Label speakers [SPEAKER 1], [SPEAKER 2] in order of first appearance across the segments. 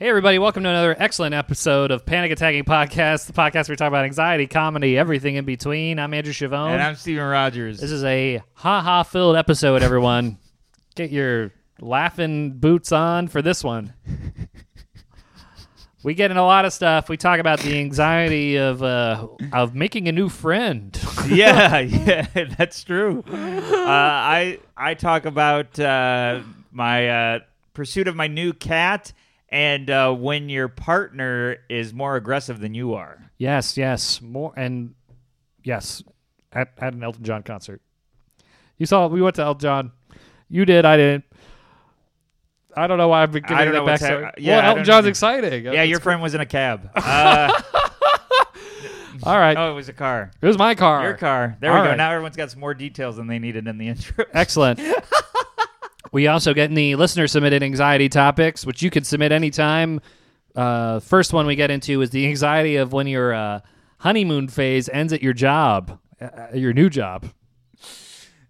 [SPEAKER 1] Hey, everybody, welcome to another excellent episode of Panic Attacking Podcast, the podcast where we talk about anxiety, comedy, everything in between. I'm Andrew Chavone.
[SPEAKER 2] And I'm Steven Rogers.
[SPEAKER 1] this is a ha ha filled episode, everyone. Get your laughing boots on for this one. We get in a lot of stuff. We talk about the anxiety of uh, of making a new friend.
[SPEAKER 2] yeah, yeah, that's true. Uh, I I talk about uh, my uh, pursuit of my new cat and uh, when your partner is more aggressive than you are.
[SPEAKER 1] yes, yes, more and yes, at, at an Elton John concert. You saw we went to Elton John. You did, I didn't. I don't know why I've been
[SPEAKER 2] I
[SPEAKER 1] giving
[SPEAKER 2] don't
[SPEAKER 1] that
[SPEAKER 2] know what's
[SPEAKER 1] backstory.
[SPEAKER 2] hap- yeah, I
[SPEAKER 1] well, Elton
[SPEAKER 2] don't
[SPEAKER 1] John's
[SPEAKER 2] know.
[SPEAKER 1] exciting.
[SPEAKER 2] yeah, your friend was in a cab. Uh,
[SPEAKER 1] All right,
[SPEAKER 2] no, it was a car.
[SPEAKER 1] it was my car.
[SPEAKER 2] oh. Your car. There
[SPEAKER 1] All
[SPEAKER 2] we go.
[SPEAKER 1] right.
[SPEAKER 2] Now everyone's got some more details than they needed in the intro.
[SPEAKER 1] Excellent. we also get in the listener submitted anxiety topics, which you can submit anytime. Uh, first one we get into is the anxiety of when your uh, honeymoon phase ends at your job, uh, your new job.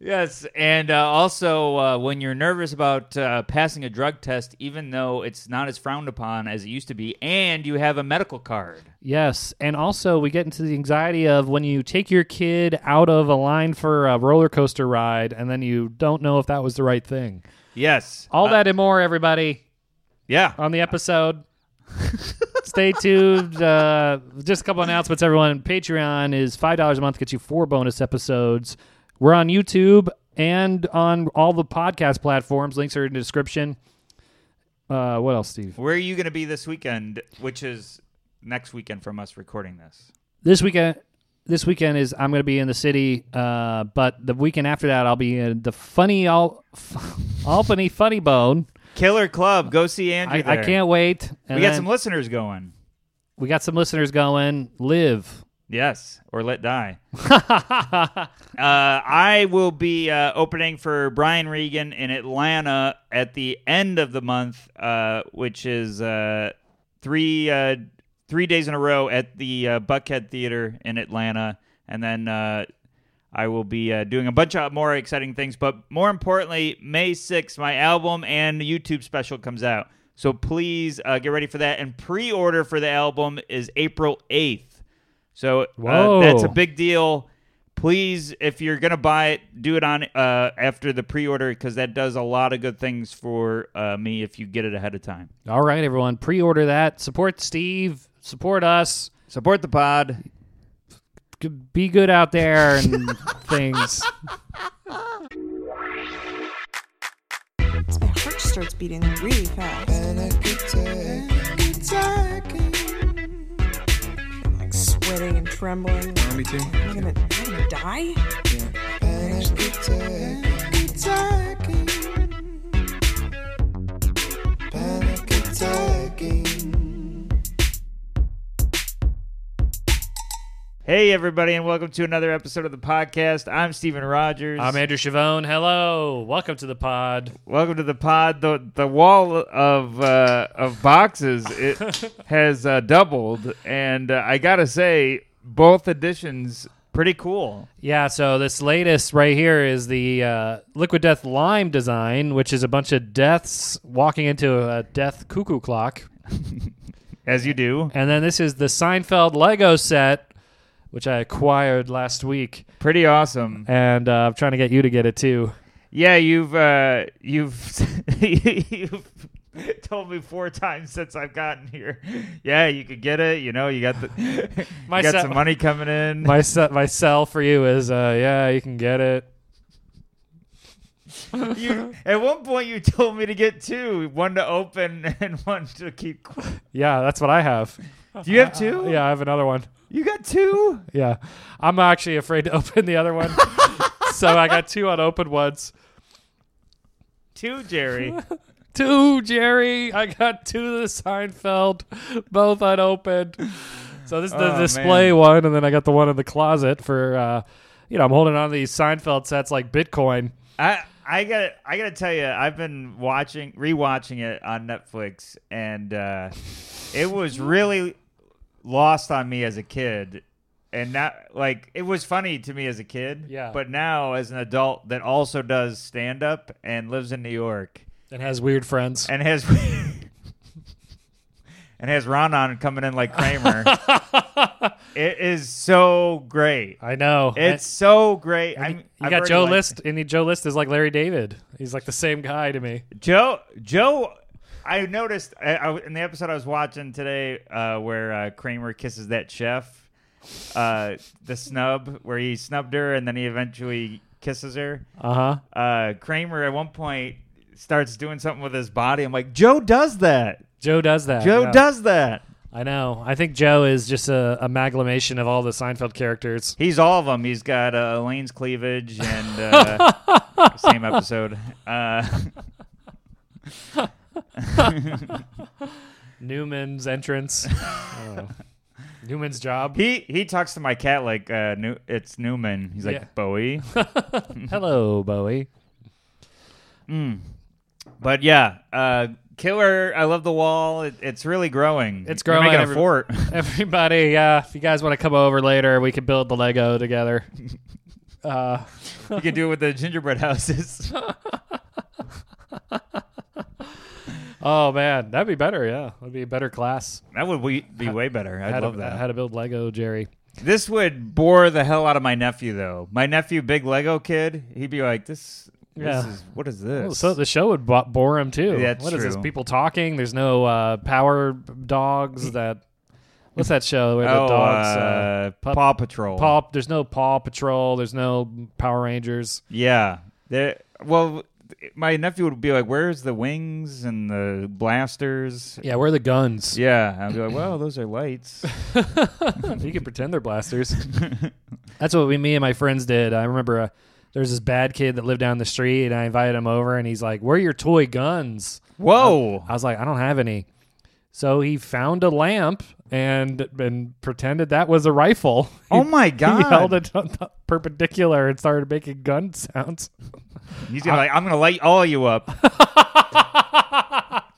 [SPEAKER 2] Yes, and uh, also uh, when you're nervous about uh, passing a drug test, even though it's not as frowned upon as it used to be, and you have a medical card.
[SPEAKER 1] Yes, and also we get into the anxiety of when you take your kid out of a line for a roller coaster ride, and then you don't know if that was the right thing.
[SPEAKER 2] Yes,
[SPEAKER 1] All that and more, everybody,
[SPEAKER 2] yeah,
[SPEAKER 1] on the episode. Stay tuned. Uh, just a couple announcements, everyone. Patreon is five dollars a month gets you four bonus episodes. We're on YouTube and on all the podcast platforms. Links are in the description. Uh, what else, Steve?
[SPEAKER 2] Where are you going to be this weekend? Which is next weekend from us recording this.
[SPEAKER 1] this weekend this weekend is I'm going to be in the city, uh, but the weekend after that I'll be in the funny Al- Albany Funny Bone.
[SPEAKER 2] Killer Club, go see Andrew.
[SPEAKER 1] I, I
[SPEAKER 2] there.
[SPEAKER 1] can't wait.
[SPEAKER 2] We
[SPEAKER 1] And
[SPEAKER 2] got
[SPEAKER 1] then
[SPEAKER 2] some listeners going.
[SPEAKER 1] we got some listeners going. Live.
[SPEAKER 2] Yes, or let die. uh, I will be uh, opening for Brian Regan in Atlanta at the end of the month, uh, which is uh, three uh, three days in a row at the uh, Buckhead Theater in Atlanta, and then uh, I will be uh, doing a bunch of more exciting things. But more importantly, May 6th, my album and YouTube special comes out, so please uh, get ready for that. And pre-order for the album is April 8th. So uh,
[SPEAKER 1] Whoa.
[SPEAKER 2] that's a big deal. Please, if you're gonna buy it, do it on uh, after the pre-order because that does a lot of good things for uh, me if you get it ahead of time.
[SPEAKER 1] All right, everyone, pre-order that. Support Steve. Support us.
[SPEAKER 2] Support the pod.
[SPEAKER 1] G- Be good out there and things.
[SPEAKER 3] My heart starts beating really fast.
[SPEAKER 4] And I keep taking.
[SPEAKER 3] I'm like sweating and trembling.
[SPEAKER 4] Me too.
[SPEAKER 3] Am I gonna, am I gonna die?
[SPEAKER 4] And I keep taking. Panic attacking.
[SPEAKER 2] Hey everybody, and welcome to another episode of the podcast. I'm Steven Rogers.
[SPEAKER 1] I'm Andrew Chavone. Hello, welcome to the pod.
[SPEAKER 2] Welcome to the pod. The the wall of uh, of boxes it has uh, doubled, and uh, I gotta say, both editions pretty cool.
[SPEAKER 1] Yeah, so this latest right here is the uh, Liquid Death Lime design, which is a bunch of deaths walking into a death cuckoo clock.
[SPEAKER 2] As you do,
[SPEAKER 1] And then this is the Seinfeld Lego set, which I acquired last week.
[SPEAKER 2] pretty awesome.
[SPEAKER 1] And uh, I'm trying to get you to get it too.
[SPEAKER 2] Yeah, you've uh, you've you've told me four times since I've gotten here. Yeah, you could get it. You know, you got the
[SPEAKER 1] My
[SPEAKER 2] you got
[SPEAKER 1] se-
[SPEAKER 2] some money coming in.
[SPEAKER 1] My, se- my sell for you is uh, yeah, you can get it.
[SPEAKER 2] You, at one point, you told me to get two: one to open and one to keep.
[SPEAKER 1] Yeah, that's what I have.
[SPEAKER 2] Do you have two?
[SPEAKER 1] Yeah, I have another one.
[SPEAKER 2] You got two?
[SPEAKER 1] Yeah. I'm actually afraid to open the other one. so I got two unopened ones.
[SPEAKER 2] Two, Jerry.
[SPEAKER 1] two, Jerry. I got two of the Seinfeld, both unopened. So this is the
[SPEAKER 2] Oh,
[SPEAKER 1] display
[SPEAKER 2] man.
[SPEAKER 1] one, and then I got the one in the closet for, uh, you know, I'm holding on to these Seinfeld sets like Bitcoin.
[SPEAKER 2] I I got I got to tell you, I've been watching rewatching it on Netflix, and uh, it was really lost on me as a kid. And not like it was funny to me as a kid,
[SPEAKER 1] Yeah.
[SPEAKER 2] But now, as an adult that also does stand up and lives in New York
[SPEAKER 1] And has weird friends.
[SPEAKER 2] and has and has Ron on coming in like Kramer. it is so great.
[SPEAKER 1] I know.
[SPEAKER 2] It's so great. I'm,
[SPEAKER 1] you
[SPEAKER 2] I've
[SPEAKER 1] got
[SPEAKER 2] already
[SPEAKER 1] Joe
[SPEAKER 2] liked-
[SPEAKER 1] List, and Joe List is like Larry David. He's like the same guy to me.
[SPEAKER 2] Joe, Joe, I noticed I, I, in the episode I was watching today uh, where uh, Kramer kisses that chef, uh, the snub, where he snubbed her and then he eventually kisses her.
[SPEAKER 1] Uh huh.
[SPEAKER 2] Uh, Kramer at one point starts doing something with his body. I'm like, Joe does that.
[SPEAKER 1] Joe does that.
[SPEAKER 2] Joe
[SPEAKER 1] yeah.
[SPEAKER 2] does that.
[SPEAKER 1] I know. I think Joe is just a amalgamation of all the Seinfeld characters.
[SPEAKER 2] He's all of them. He's got uh, Elaine's cleavage and uh, same episode. Uh,
[SPEAKER 1] Newman's entrance. Oh. Newman's job.
[SPEAKER 2] he he talks to my cat like uh, New- it's Newman. He's like
[SPEAKER 1] Yeah.
[SPEAKER 2] Bowie.
[SPEAKER 1] Hello, Bowie.
[SPEAKER 2] But yeah, uh, killer. I love the wall. It, it's really growing.
[SPEAKER 1] It's
[SPEAKER 2] You're
[SPEAKER 1] growing.
[SPEAKER 2] making a
[SPEAKER 1] Every-
[SPEAKER 2] fort.
[SPEAKER 1] Everybody, uh, if you guys want to come over later, we can build the Lego together. Uh,
[SPEAKER 2] you can do it with the gingerbread houses.
[SPEAKER 1] oh man, that'd be better. Yeah, that'd be a better class.
[SPEAKER 2] that would be, be way better. I
[SPEAKER 1] how
[SPEAKER 2] love
[SPEAKER 1] to,
[SPEAKER 2] that.
[SPEAKER 1] How to build Lego, Jerry.
[SPEAKER 2] this would bore the hell out of my nephew, though. My nephew, big Lego kid, he'd be like, "This,
[SPEAKER 1] Yeah.
[SPEAKER 2] this is what is this?"
[SPEAKER 1] Well, so the show would bo- bore him too. What
[SPEAKER 2] That's
[SPEAKER 1] is this?
[SPEAKER 2] true.
[SPEAKER 1] People talking. There's no uh, power dogs. That what's that show where the
[SPEAKER 2] oh,
[SPEAKER 1] dogs? Uh,
[SPEAKER 2] uh,
[SPEAKER 1] Pup-
[SPEAKER 2] Paw Patrol.
[SPEAKER 1] Paw. There's no Paw Patrol. There's no Power Rangers.
[SPEAKER 2] Yeah. They're, well, my nephew would be like, "Where's the wings and the blasters?"
[SPEAKER 1] Yeah, where are the guns?
[SPEAKER 2] Yeah, I'd be like, "Well, those are lights."
[SPEAKER 1] you can pretend they're blasters. That's what we, me and my friends did. I remember uh, there was this bad kid that lived down the street, and I invited him over, and he's like, "Where are your toy guns?"
[SPEAKER 2] Whoa!
[SPEAKER 1] I was like, "I don't have any." So he found a lamp and and pretended that was a rifle.
[SPEAKER 2] oh my
[SPEAKER 1] He
[SPEAKER 2] god!
[SPEAKER 1] held it on the perpendicular and started making gun sounds.
[SPEAKER 2] He's gonna like, I'm gonna light all you up.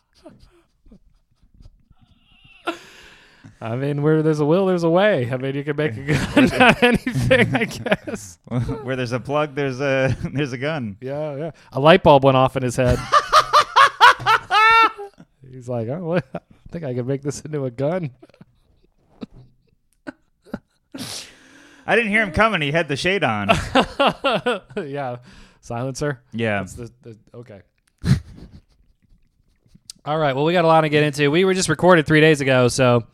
[SPEAKER 1] I mean, where there's a will, there's a way. I mean, you can make a gun out of anything, I guess.
[SPEAKER 2] Where there's a plug, there's a there's a gun.
[SPEAKER 1] Yeah, yeah. A light bulb went off in his head. He's like, oh, well, I think I can make this into a gun.
[SPEAKER 2] I didn't hear him coming. He had the shade on.
[SPEAKER 1] yeah, silencer.
[SPEAKER 2] Yeah.
[SPEAKER 1] That's the, the okay. All right. Well, we got a lot to get into. We were just recorded three days ago, so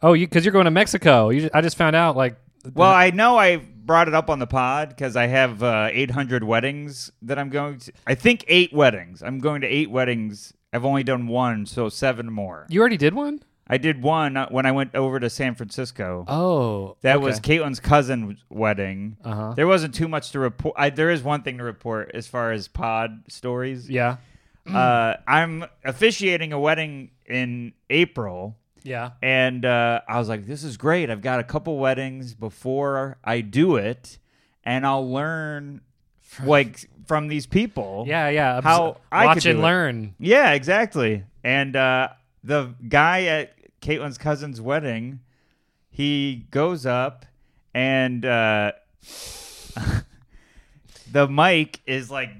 [SPEAKER 1] oh, you because you're going to Mexico. You, I just found out like
[SPEAKER 2] Well, I know I brought it up on the pod because I have uh, 800 weddings that I'm going to. I think eight weddings. I'm going to eight weddings. I've only done one, so seven more.
[SPEAKER 1] you already did one.
[SPEAKER 2] I did one uh, when I went over to San Francisco.
[SPEAKER 1] Oh,
[SPEAKER 2] That was Caitlin's cousin's wedding.
[SPEAKER 1] Uh-huh.
[SPEAKER 2] There wasn't too much to report. I, there is one thing to report as far as pod stories.
[SPEAKER 1] yeah,
[SPEAKER 2] uh, I'm officiating a wedding in April,
[SPEAKER 1] yeah.
[SPEAKER 2] and uh, I was like, "This is great! I've got a couple weddings before I do it, and I'll learn like from these people."
[SPEAKER 1] Yeah, yeah. Obs-
[SPEAKER 2] How I
[SPEAKER 1] watch
[SPEAKER 2] could do
[SPEAKER 1] and
[SPEAKER 2] it.
[SPEAKER 1] learn.
[SPEAKER 2] yeah, exactly. And uh, the guy at Caitlin's cousin's wedding, he goes up, and uh, the mic is like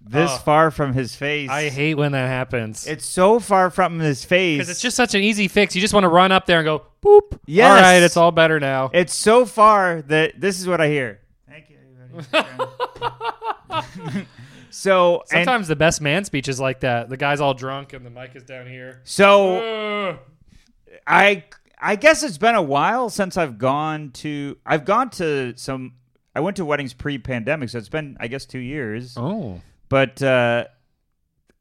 [SPEAKER 2] this
[SPEAKER 1] Oh.
[SPEAKER 2] far from his face.
[SPEAKER 1] I hate when that happens
[SPEAKER 2] It's so far from his face.
[SPEAKER 1] because it's just such an easy fix. You just want to run up there and go boop.
[SPEAKER 2] Yes.
[SPEAKER 1] All right, it's all better now.
[SPEAKER 2] It's so far that this is what I hear. Thank you. everybody. so and-
[SPEAKER 1] Sometimes the best man speech is like that. The guy's all drunk and the mic is down here.
[SPEAKER 2] so
[SPEAKER 1] Ugh.
[SPEAKER 2] I I guess it's been a while since I've gone to I've gone to some I went to weddings pre-pandemic, so it's been I guess two years.
[SPEAKER 1] Oh.
[SPEAKER 2] But uh,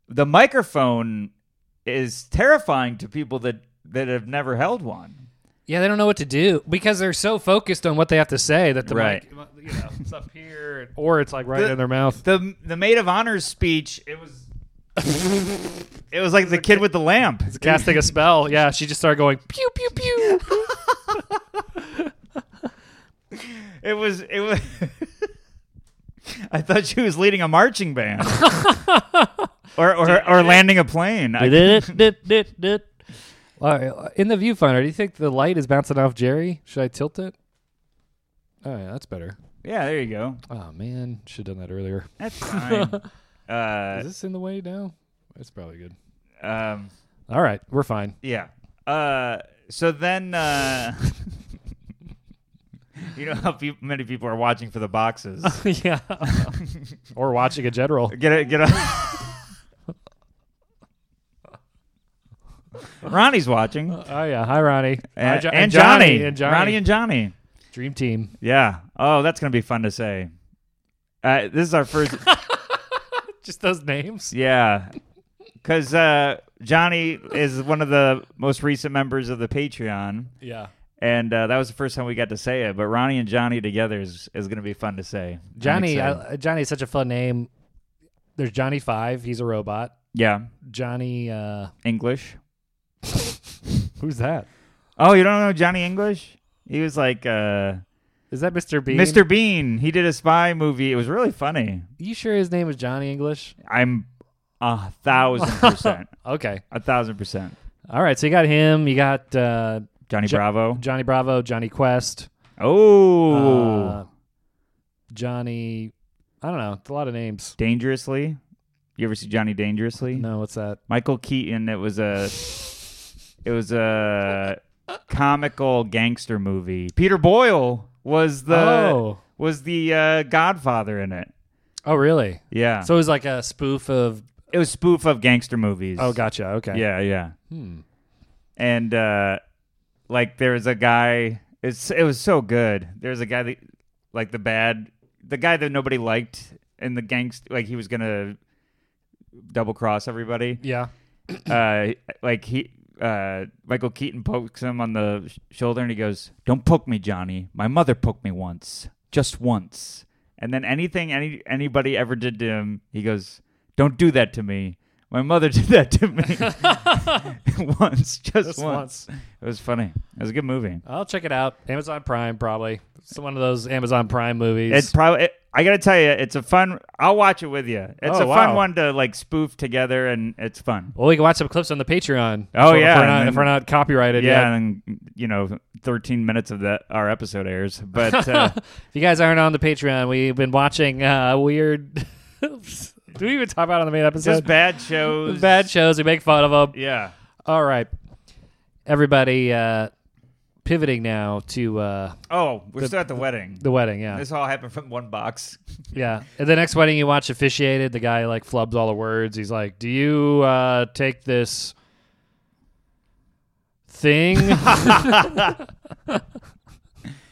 [SPEAKER 2] the microphone is terrifying to people that that have never held one.
[SPEAKER 1] Yeah, they don't know what to do because they're so focused on what they have to say that the
[SPEAKER 2] Right.
[SPEAKER 1] mic, you know, it's up here or it's like right in their mouth.
[SPEAKER 2] The the maid of honors speech. It was. it was like the kid with the lamp.
[SPEAKER 1] Casting a spell. Yeah, she just started going pew pew pew.
[SPEAKER 2] It was. It was. I thought she was leading a marching band, or or, or landing a plane. I-
[SPEAKER 1] All right, uh, in the viewfinder, do you think the light is bouncing off Jerry? Should I tilt it? Oh, yeah, that's better.
[SPEAKER 2] yeah, there you go.
[SPEAKER 1] Oh man, should have done that earlier.
[SPEAKER 2] That's fine.
[SPEAKER 1] Is
[SPEAKER 2] Uh,
[SPEAKER 1] this in the way now? It's probably good.
[SPEAKER 2] um,
[SPEAKER 1] All right, we're fine.
[SPEAKER 2] Yeah. Uh, so then, uh, you know how peop many people are watching for the boxes.
[SPEAKER 1] yeah. or watching a general.
[SPEAKER 2] Get it, get a. Ronnie's watching,
[SPEAKER 1] Oh yeah, hi Ronnie Hi,
[SPEAKER 2] and,
[SPEAKER 1] Jo-
[SPEAKER 2] and Johnny.
[SPEAKER 1] and Johnny,
[SPEAKER 2] Ronnie and Johnny.
[SPEAKER 1] Dream Team.
[SPEAKER 2] Yeah. Oh, that's gonna be fun to say. Uh, this is our first.
[SPEAKER 1] Just those names.
[SPEAKER 2] yeah, because uh, Johnny is one of the most recent members of the Patreon.
[SPEAKER 1] Yeah,
[SPEAKER 2] And uh, that was the first time we got to say it. But Ronnie and Johnny together is, is going to be fun to say. I'm
[SPEAKER 1] Johnny.
[SPEAKER 2] excited.
[SPEAKER 1] I, Johnny's such a fun name. There's Johnny Five. He's a robot.
[SPEAKER 2] yeah.
[SPEAKER 1] Johnny. uh
[SPEAKER 2] English.
[SPEAKER 1] Who's that?
[SPEAKER 2] Oh, you don't know Johnny English? He was like uh,
[SPEAKER 1] Is that Mr. Bean?
[SPEAKER 2] Mr. Bean. He did a spy movie. It was really funny.
[SPEAKER 1] You sure his name is Johnny English?
[SPEAKER 2] I'm a thousand percent.
[SPEAKER 1] Okay.
[SPEAKER 2] a thousand percent.
[SPEAKER 1] All right. So you got him. You got uh
[SPEAKER 2] Johnny
[SPEAKER 1] Jo-
[SPEAKER 2] Bravo.
[SPEAKER 1] Johnny Bravo, Johnny Quest,
[SPEAKER 2] Oh.
[SPEAKER 1] uh, Johnny. I don't know. It's a lot of names.
[SPEAKER 2] Dangerously. You ever see Johnny Dangerously?
[SPEAKER 1] No, what's that?
[SPEAKER 2] Michael Keaton. It was a, it was a comical gangster movie. Peter Boyle was the
[SPEAKER 1] oh.
[SPEAKER 2] was the uh, Godfather in it.
[SPEAKER 1] Oh, really?
[SPEAKER 2] Yeah,
[SPEAKER 1] So it was like a spoof of.
[SPEAKER 2] it was spoof of gangster movies.
[SPEAKER 1] Oh, gotcha. Okay.
[SPEAKER 2] yeah, yeah.
[SPEAKER 1] Hmm.
[SPEAKER 2] And uh, like there was a guy. It's it was so good. There was a guy that like the bad, the guy that nobody liked, and the gangster like he was gonna double cross everybody.
[SPEAKER 1] Yeah.
[SPEAKER 2] uh, like he uh, Michael Keaton pokes him on the sh- shoulder and he goes, "Don't poke me, Johnny. My mother poked me once, just once." And then anything any anybody ever did to him, he goes, "Don't do that to me. My mother did that to me once, just,
[SPEAKER 1] Just
[SPEAKER 2] once. It was funny. It was a good movie.
[SPEAKER 1] I'll check it out. Amazon Prime, probably. It's one of those Amazon Prime movies.
[SPEAKER 2] It's probably. It, I gotta tell you, it's a fun. I'll watch it with you. It's
[SPEAKER 1] Oh,
[SPEAKER 2] a
[SPEAKER 1] wow.
[SPEAKER 2] fun one to like spoof together, and it's fun.
[SPEAKER 1] well, we can watch some clips on the Patreon.
[SPEAKER 2] Oh,
[SPEAKER 1] So if
[SPEAKER 2] yeah,
[SPEAKER 1] we're
[SPEAKER 2] and
[SPEAKER 1] not,
[SPEAKER 2] then-
[SPEAKER 1] if we're not copyrighted
[SPEAKER 2] yeah,
[SPEAKER 1] yet.
[SPEAKER 2] and you know, 13 minutes of that our episode airs, but uh,
[SPEAKER 1] If you guys aren't on the Patreon, we've been watching uh, weird. Do we even talk about it on the main
[SPEAKER 2] just
[SPEAKER 1] episode?
[SPEAKER 2] bad shows.
[SPEAKER 1] Bad shows. We make fun of them.
[SPEAKER 2] Yeah.
[SPEAKER 1] All right, everybody. Uh, pivoting now to uh,
[SPEAKER 2] Oh, we're still at the wedding.
[SPEAKER 1] the wedding. Yeah,
[SPEAKER 2] This all happened from one box.
[SPEAKER 1] yeah. At the next wedding you watch officiated, the guy like flubs all the words. He's like, "Do you uh, take this thing?"
[SPEAKER 2] and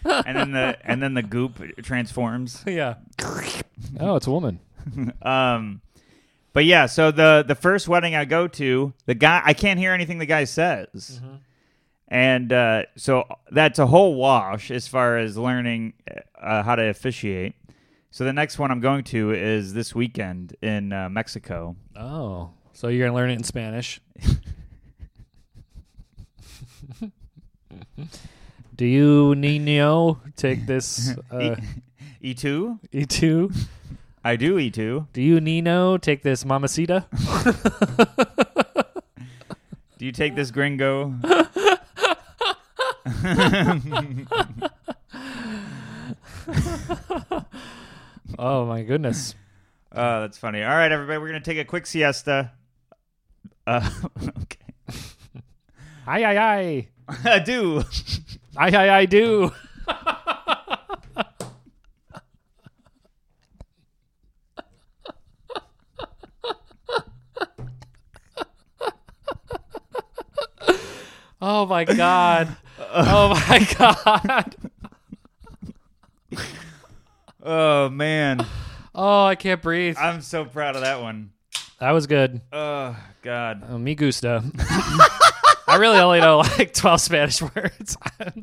[SPEAKER 2] then the and then the goop transforms.
[SPEAKER 1] yeah. Oh, it's a woman.
[SPEAKER 2] Um but yeah, so the the first wedding I go to, the guy I can't hear anything the guy says. And uh, so that's a whole wash as far as learning uh, how to officiate. So the next one I'm going to is this weekend in uh, Mexico.
[SPEAKER 1] Oh, so you're gonna learn it in Spanish. Do you Nino take this uh,
[SPEAKER 2] E two?
[SPEAKER 1] E two?
[SPEAKER 2] I do E two.
[SPEAKER 1] Do you Nino take this Mamacita?
[SPEAKER 2] Do you take this gringo? Oh,
[SPEAKER 1] Oh my goodness!
[SPEAKER 2] Oh, that's funny. All right, everybody, we're gonna take a quick siesta. Uh, okay.
[SPEAKER 1] Aye aye aye
[SPEAKER 2] I do.
[SPEAKER 1] aye aye aye do. Oh my god! Oh my god!
[SPEAKER 2] Oh man,
[SPEAKER 1] Oh, I can't breathe.
[SPEAKER 2] I'm so proud of that one.
[SPEAKER 1] That was good.
[SPEAKER 2] Oh God.
[SPEAKER 1] Oh, me gusta. I really only know like 12 Spanish words.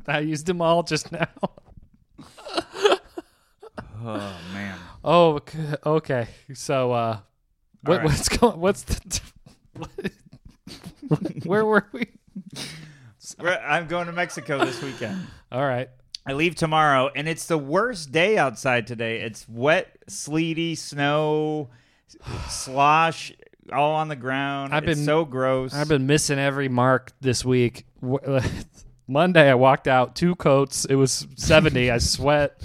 [SPEAKER 1] I used them all just now.
[SPEAKER 2] Oh man.
[SPEAKER 1] Oh, ok- okay. So, uh, what,
[SPEAKER 2] right.
[SPEAKER 1] what's going What's the. what- where were we?
[SPEAKER 2] We're- I'm going to Mexico this weekend.
[SPEAKER 1] All right.
[SPEAKER 2] I leave tomorrow, and it's the worst day outside today. It's wet, sleety, snow, slosh, all on the ground.
[SPEAKER 1] I've
[SPEAKER 2] It's
[SPEAKER 1] been-
[SPEAKER 2] so gross.
[SPEAKER 1] I've been missing every mark this week. W- Monday, I walked out two coats. It was 70. I sweat,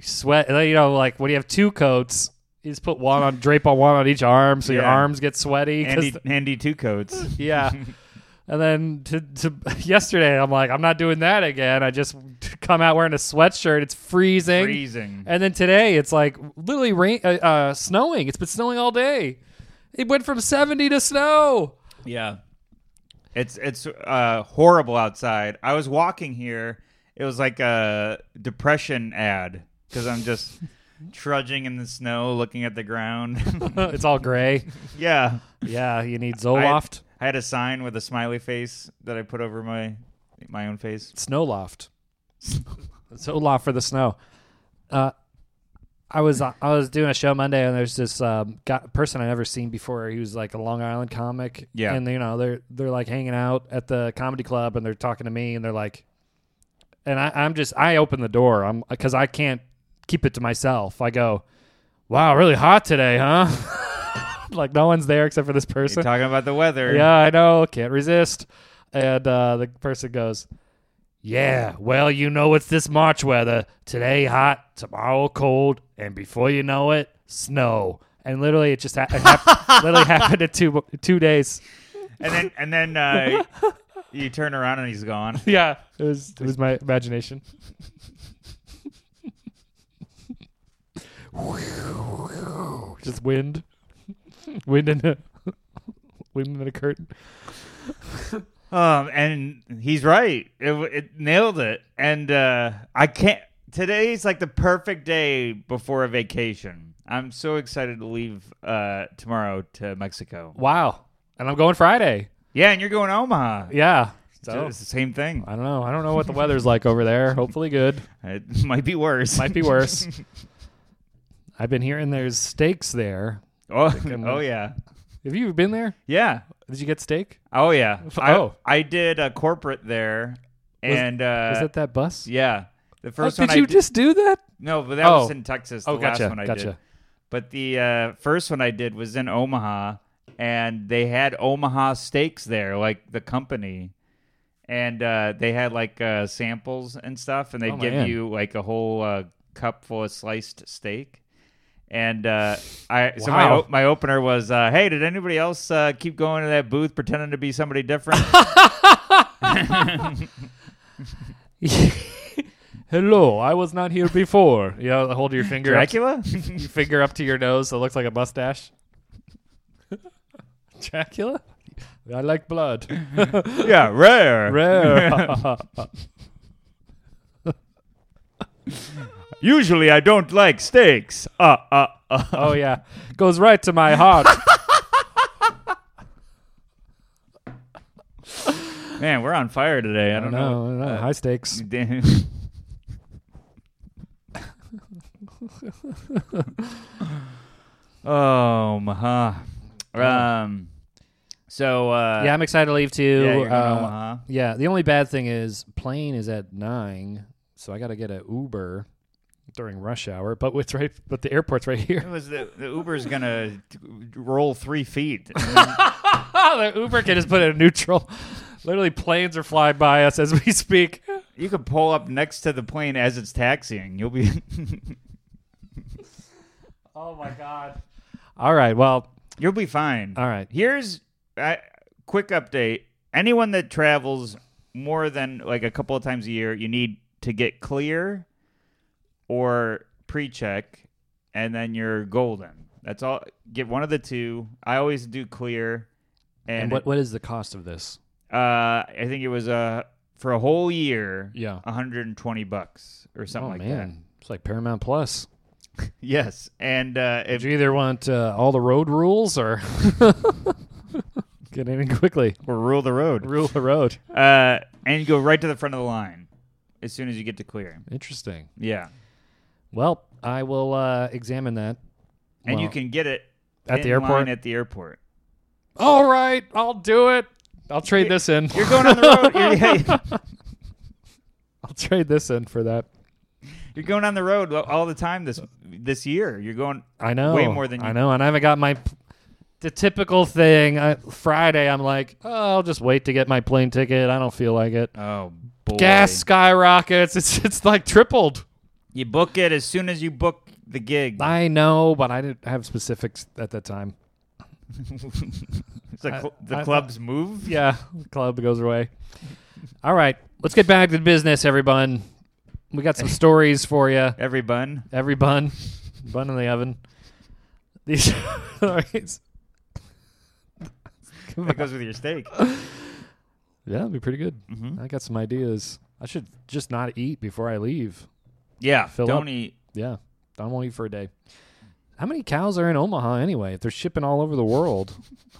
[SPEAKER 1] sweat. And then, you know, like when you have two coats You just put one on, drape on one on each arm, so your
[SPEAKER 2] Yeah.
[SPEAKER 1] arms get sweaty. 'cause
[SPEAKER 2] Andy, Andy Two Coats.
[SPEAKER 1] the- yeah. And then to, to yesterday, I'm like, I'm not doing that again. I just come out wearing a sweatshirt. It's freezing.
[SPEAKER 2] Freezing.
[SPEAKER 1] And then today, it's like literally rain, uh, uh, snowing. It's been snowing all day. It went from 70 to snow.
[SPEAKER 2] Yeah. It's it's uh, horrible outside. I was walking here. It was like a depression ad because I'm just trudging in the snow, looking at the ground.
[SPEAKER 1] it's all gray.
[SPEAKER 2] yeah.
[SPEAKER 1] Yeah, you need
[SPEAKER 2] I-
[SPEAKER 1] Zoloft,
[SPEAKER 2] I, had a sign with a smiley face that I put over my my own face.
[SPEAKER 1] snow loft, Zoloft for the snow. Uh, I was I was doing a show Monday and there's this um, guy, person I never seen before. He was like a Long Island comic.
[SPEAKER 2] Yeah.
[SPEAKER 1] and you know they're they're like hanging out at the comedy club and they're talking to me and they're like, and I, I'm just I open the door I'm because I can't keep it to myself. I go, wow, really hot today, huh? like no one's there except for this person.
[SPEAKER 2] You're talking about the weather.
[SPEAKER 1] Yeah, I know. Can't resist. And uh, the person goes, Yeah, well, you know, it's this March weather. Today hot, tomorrow cold, and before you know it, snow. And literally, it just ha- it hap- literally happened in two two days.
[SPEAKER 2] And then and then uh, you turn around and he's gone.
[SPEAKER 1] Yeah, it was it was my imagination. just wind, wind in a wind in a curtain.
[SPEAKER 2] Um, and he's right. It, w- it nailed it. And uh, I can't. Today's like the perfect day before a vacation. I'm so excited to leave uh, tomorrow to Mexico.
[SPEAKER 1] Wow. And I'm going Friday.
[SPEAKER 2] Yeah, and you're going to Omaha.
[SPEAKER 1] Yeah.
[SPEAKER 2] So
[SPEAKER 1] So
[SPEAKER 2] it's the same thing.
[SPEAKER 1] I don't know. I don't know what the weather's like over there. Hopefully good.
[SPEAKER 2] It might be worse.
[SPEAKER 1] Might be worse. I've been hearing there's steaks there.
[SPEAKER 2] oh, oh yeah,
[SPEAKER 1] Have you been there?
[SPEAKER 2] yeah.
[SPEAKER 1] Did you get steak?
[SPEAKER 2] Oh yeah.
[SPEAKER 1] Oh.
[SPEAKER 2] I, I did a corporate there, and uh,
[SPEAKER 1] Was that that bus?
[SPEAKER 2] yeah, the first
[SPEAKER 1] Oh,
[SPEAKER 2] one
[SPEAKER 1] did you
[SPEAKER 2] I did-
[SPEAKER 1] just do that?
[SPEAKER 2] No, but that
[SPEAKER 1] Oh.
[SPEAKER 2] was in Texas. The
[SPEAKER 1] Oh, gotcha,
[SPEAKER 2] last one I did.
[SPEAKER 1] gotcha.
[SPEAKER 2] But the uh, first one I did was in Omaha, and they had Omaha steaks there, like the company, and uh, they had like uh, samples and stuff, and they
[SPEAKER 1] Oh,
[SPEAKER 2] would give
[SPEAKER 1] man.
[SPEAKER 2] you like a whole uh, cup full of sliced steak. And uh, I so my
[SPEAKER 1] Wow.
[SPEAKER 2] op- my opener was, uh, hey, did anybody else uh, keep going to that booth pretending to be somebody different?
[SPEAKER 1] Hello, I was not here before. Yeah, hold your finger up,
[SPEAKER 2] Dracula?
[SPEAKER 1] your finger up to your nose so it looks like a mustache. Dracula? I like blood.
[SPEAKER 2] yeah, rare.
[SPEAKER 1] Rare.
[SPEAKER 2] Usually I don't like steaks. Uh, uh, uh.
[SPEAKER 1] Oh yeah, goes right to my heart.
[SPEAKER 2] Man, we're on fire today. I don't know. Uh,
[SPEAKER 1] No, no, high stakes.
[SPEAKER 2] Damn. oh, Omaha. Um, so uh,
[SPEAKER 1] Yeah, I'm excited to leave too.
[SPEAKER 2] yeah, you're going to
[SPEAKER 1] Uh,
[SPEAKER 2] Omaha.
[SPEAKER 1] yeah, the only bad thing is plane is at nine, so I got to get an Uber during rush hour. But it's right, but the airport's right
[SPEAKER 2] It
[SPEAKER 1] here.
[SPEAKER 2] was the, the Uber's gonna t- roll three feet.
[SPEAKER 1] the Uber can just put it in neutral. Literally, planes are flying by us as we speak.
[SPEAKER 2] you could pull up next to the plane as it's taxiing. You'll be
[SPEAKER 1] Oh my god. All right. Well.
[SPEAKER 2] you'll be fine.
[SPEAKER 1] All right.
[SPEAKER 2] Here's a quick update. Anyone that travels more than like a couple of times a year, you need to get clear or pre-check and then you're golden. That's all get one of the two. I always do clear and,
[SPEAKER 1] And, what what is the cost of this?
[SPEAKER 2] uh I think it was uh, for a whole year
[SPEAKER 1] Yeah.
[SPEAKER 2] 120 bucks or something
[SPEAKER 1] oh
[SPEAKER 2] like
[SPEAKER 1] man, it's like Paramount Plus.
[SPEAKER 2] that. Yes. And uh if
[SPEAKER 1] If you either want uh, all the road rules or get in quickly,
[SPEAKER 2] or rule the road.
[SPEAKER 1] rule the road.
[SPEAKER 2] Uh and you go right to the front of the line as soon as you get to clear.
[SPEAKER 1] Interesting.
[SPEAKER 2] Yeah.
[SPEAKER 1] Well, I will uh, examine that.
[SPEAKER 2] and you
[SPEAKER 1] Well,
[SPEAKER 2] can get it
[SPEAKER 1] at the
[SPEAKER 2] in line
[SPEAKER 1] airport?
[SPEAKER 2] At the airport,
[SPEAKER 1] All right, I'll do it. I'll trade this in.
[SPEAKER 2] you're going on the road. You're, yeah,
[SPEAKER 1] I'll trade this in for that.
[SPEAKER 2] you're going on the road all the time this this year. You're going.
[SPEAKER 1] I know.
[SPEAKER 2] Way more than
[SPEAKER 1] I
[SPEAKER 2] you-
[SPEAKER 1] know, and I haven't got my the typical thing. I, Friday, I'm like, oh, I'll just wait to get my plane ticket. I don't feel like it.
[SPEAKER 2] Oh boy!
[SPEAKER 1] Gas skyrockets. It's it's like tripled.
[SPEAKER 2] You book it as soon as you book the gig.
[SPEAKER 1] I know, but I didn't have specifics at that time.
[SPEAKER 2] It's like
[SPEAKER 1] I-
[SPEAKER 2] cl- the
[SPEAKER 1] I-
[SPEAKER 2] club's move.
[SPEAKER 1] Yeah, club goes away. All right, let's get back to business, everyone. We got some stories for you.
[SPEAKER 2] Every bun.
[SPEAKER 1] Every bun, bun in the oven. These stories.
[SPEAKER 2] That goes with your steak.
[SPEAKER 1] Yeah, it'd be pretty good.
[SPEAKER 2] Mhm.
[SPEAKER 1] I got some ideas. I should just not eat before I leave.
[SPEAKER 2] Yeah.
[SPEAKER 1] Fill
[SPEAKER 2] don't
[SPEAKER 1] up.
[SPEAKER 2] eat.
[SPEAKER 1] Yeah, I won't eat for a day. How many cows are in Omaha anyway? If they're shipping all over the world,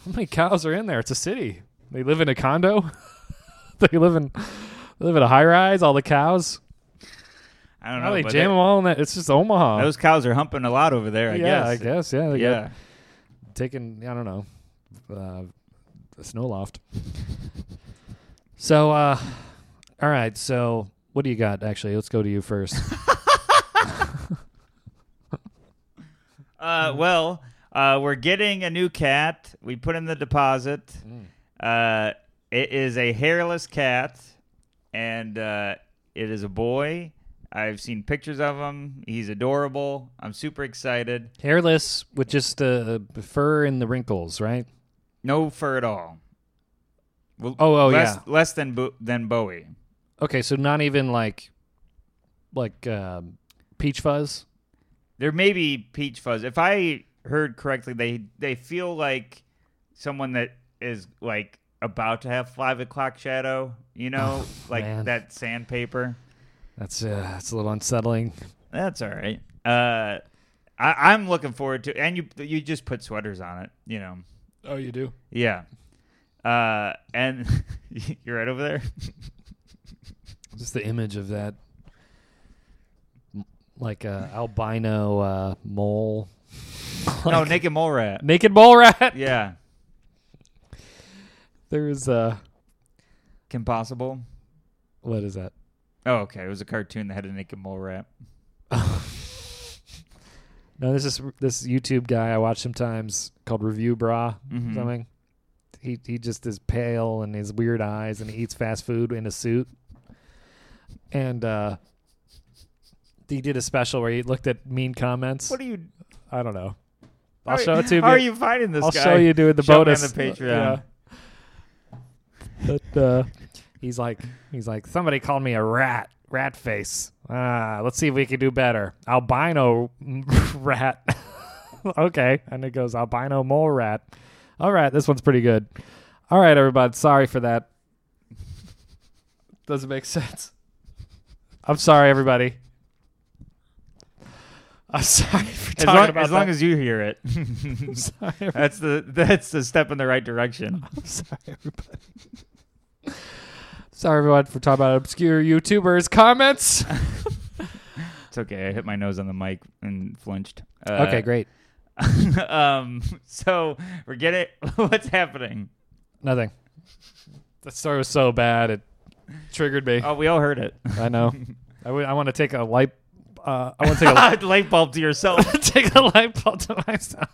[SPEAKER 1] how many cows are in there? It's a city. They live in a condo. they live in they live in a high rise. All the cows.
[SPEAKER 2] I don't
[SPEAKER 1] How
[SPEAKER 2] know.
[SPEAKER 1] they
[SPEAKER 2] but
[SPEAKER 1] jam
[SPEAKER 2] that-
[SPEAKER 1] them all in that. It's just Omaha.
[SPEAKER 2] those cows are humping a lot over there. I
[SPEAKER 1] yeah, I
[SPEAKER 2] guess.
[SPEAKER 1] guess. Yeah, they got
[SPEAKER 2] Yeah.
[SPEAKER 1] taking I don't know, uh, a snow loft. so, uh, all right. So, what do you got? Actually, let's go to you first.
[SPEAKER 2] Uh, well, uh, we're getting a new cat. We put in the deposit.
[SPEAKER 1] Mm.
[SPEAKER 2] Uh, it is a hairless cat, and uh, it is a boy. I've seen pictures of him. He's adorable. I'm super excited.
[SPEAKER 1] Hairless with just the uh, fur and the wrinkles, right?
[SPEAKER 2] No fur at all. Well,
[SPEAKER 1] Oh, oh,
[SPEAKER 2] less,
[SPEAKER 1] yeah.
[SPEAKER 2] less than Bo- than Bowie.
[SPEAKER 1] Okay, so not even like, like um, peach fuzz.
[SPEAKER 2] There may be peach fuzz. If I heard correctly, they they feel like someone that is like about to have five o'clock shadow. You know, like
[SPEAKER 1] Oh, man.
[SPEAKER 2] that sandpaper.
[SPEAKER 1] That's uh, that's a little unsettling.
[SPEAKER 2] That's all right. Uh, I, I'm looking forward to. And you you just put sweaters on it. You know.
[SPEAKER 1] Oh, you do.
[SPEAKER 2] Yeah. Uh, and you're right over there.
[SPEAKER 1] Just the image of that, m- like uh, albino uh, mole.
[SPEAKER 2] no,
[SPEAKER 1] Like-
[SPEAKER 2] naked mole rat.
[SPEAKER 1] naked mole rat.
[SPEAKER 2] Yeah.
[SPEAKER 1] There's uh,
[SPEAKER 2] Kim Possible.
[SPEAKER 1] what is that?
[SPEAKER 2] Oh, okay. It was a cartoon that had a naked mole rat.
[SPEAKER 1] No, this is this YouTube guy I watch sometimes called Review Bra
[SPEAKER 2] Mhm.
[SPEAKER 1] something. He he just is pale and his weird eyes and he eats fast food in a suit. And uh he did a special where he looked at mean comments.
[SPEAKER 2] What are you?
[SPEAKER 1] I don't know. I'll
[SPEAKER 2] how-
[SPEAKER 1] show it to you.
[SPEAKER 2] How are you finding this
[SPEAKER 1] I'll
[SPEAKER 2] guy?
[SPEAKER 1] show you doing the
[SPEAKER 2] Show me on
[SPEAKER 1] bonus Uh,
[SPEAKER 2] the Patreon.
[SPEAKER 1] Yeah. But uh, he's like, he's like, somebody called me a rat, rat face. Ah, let's see if we can do better. Albino rat. okay, and it goes albino mole rat. All right, this one's pretty good. All right, everybody, sorry for that. Doesn't make sense. I'm sorry, everybody. I'm sorry for
[SPEAKER 2] As
[SPEAKER 1] talking
[SPEAKER 2] long,
[SPEAKER 1] about
[SPEAKER 2] as, long
[SPEAKER 1] that.
[SPEAKER 2] as you hear it,
[SPEAKER 1] sorry, everybody.
[SPEAKER 2] that's the that's the step in the right direction.
[SPEAKER 1] I'm sorry, everybody. sorry, everyone, for talking about obscure YouTubers' comments.
[SPEAKER 2] It's okay. I hit my nose on the mic and flinched. Uh,
[SPEAKER 1] okay, great.
[SPEAKER 2] um, so we're getting what's happening.
[SPEAKER 1] Nothing. That story was so bad it triggered me.
[SPEAKER 2] Oh, we all heard it.
[SPEAKER 1] I know. I want to take a light. Uh, I want to take a
[SPEAKER 2] Light bulb to yourself.
[SPEAKER 1] take a light bulb to myself.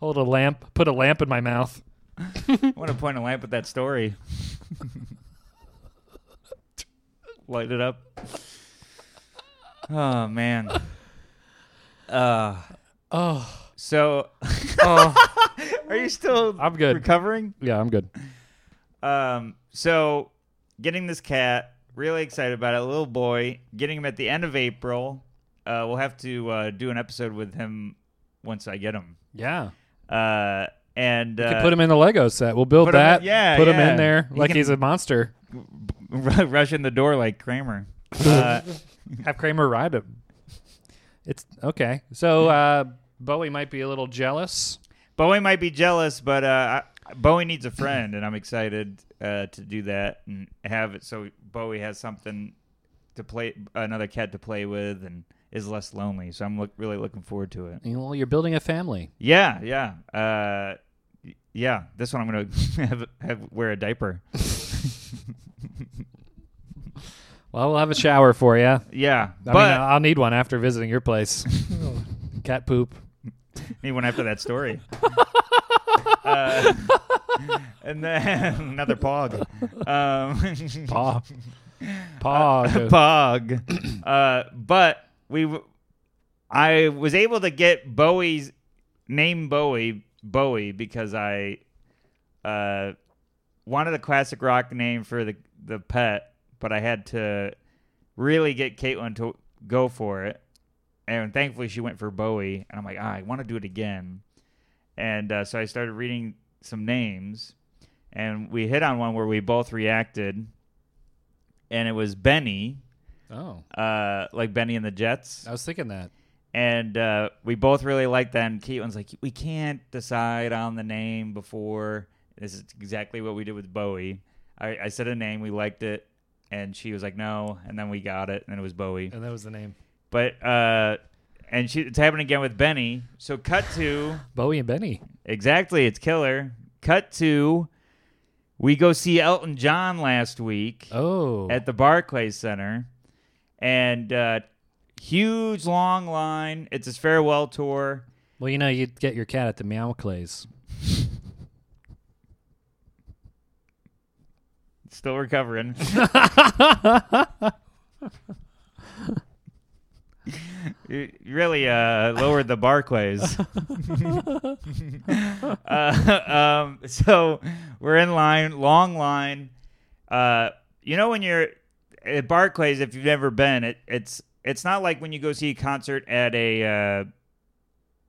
[SPEAKER 1] Hold a lamp. Put a lamp in my mouth.
[SPEAKER 2] I want to point a lamp at that story. Light it up. Oh man. Uh,
[SPEAKER 1] Oh,
[SPEAKER 2] so
[SPEAKER 1] oh.
[SPEAKER 2] are you still?
[SPEAKER 1] I'm good.
[SPEAKER 2] Recovering.
[SPEAKER 1] yeah, I'm good.
[SPEAKER 2] Um, so getting this cat, really excited about it. A little boy, getting him at the end of April. Uh, we'll have to uh, do an episode with him once I get him.
[SPEAKER 1] Yeah,
[SPEAKER 2] Uh, and
[SPEAKER 1] you
[SPEAKER 2] uh,
[SPEAKER 1] can put him in the Lego set. We'll build
[SPEAKER 2] put 'em in-
[SPEAKER 1] that.
[SPEAKER 2] yeah,
[SPEAKER 1] put him
[SPEAKER 2] yeah.
[SPEAKER 1] in there
[SPEAKER 2] You
[SPEAKER 1] like
[SPEAKER 2] can-
[SPEAKER 1] he's a monster.
[SPEAKER 2] r- rush in the door like Kramer. Uh,
[SPEAKER 1] Have Kramer ride him. It's okay. So uh, Bowie might be a little jealous.
[SPEAKER 2] Bowie might be jealous, but uh, I, Bowie needs a friend, and I'm excited uh, to do that and have it so Bowie has something to play, another cat to play with, and is less lonely. So I'm look, really looking forward to it.
[SPEAKER 1] You know, well, you're building a family.
[SPEAKER 2] Yeah, yeah, uh, y- yeah. This one I'm gonna have, have wear a diaper.
[SPEAKER 1] Well, we'll have a shower for you. I
[SPEAKER 2] Yeah, but
[SPEAKER 1] mean, uh, I'll need one after visiting your place. Cat poop.
[SPEAKER 2] need one after that story. uh, and then another pog. Um,
[SPEAKER 1] Paw. Paw.
[SPEAKER 2] Pog. uh, but we, Uh, w- I was able to get Bowie's name Bowie Bowie because I uh, wanted a classic rock name for the the pet, but I had to really get Caitlin to go for it, and thankfully she went for Bowie, and I'm like, ah, I want to do it again, and uh, so I started reading some names, and we hit on one where we both reacted, and it was Benny,
[SPEAKER 1] Oh,
[SPEAKER 2] uh, like Benny and the Jets
[SPEAKER 1] I was thinking that.
[SPEAKER 2] and uh, we both really liked that. And Caitlin's like, we can't decide on the name before. This is exactly what we did with Bowie. I, I said a name, we liked it, and she was like, no. And then we got it, and it was Bowie.
[SPEAKER 1] And that was the name.
[SPEAKER 2] But uh, and she, it's happening again with Benny. So cut to
[SPEAKER 1] Bowie and Benny.
[SPEAKER 2] exactly, it's killer. Cut to we go see Elton John last week
[SPEAKER 1] Oh.
[SPEAKER 2] at the Barclays Center, and uh, huge long line. It's his farewell tour.
[SPEAKER 1] well, you know, you'd get your cat at the Meow Clays.
[SPEAKER 2] Still recovering. you you really uh, lowered the Barclays. uh, um, so we're in line, long line. Uh, you know when you're at Barclays, if you've never been, it, it's it's not like when you go see a concert at a uh,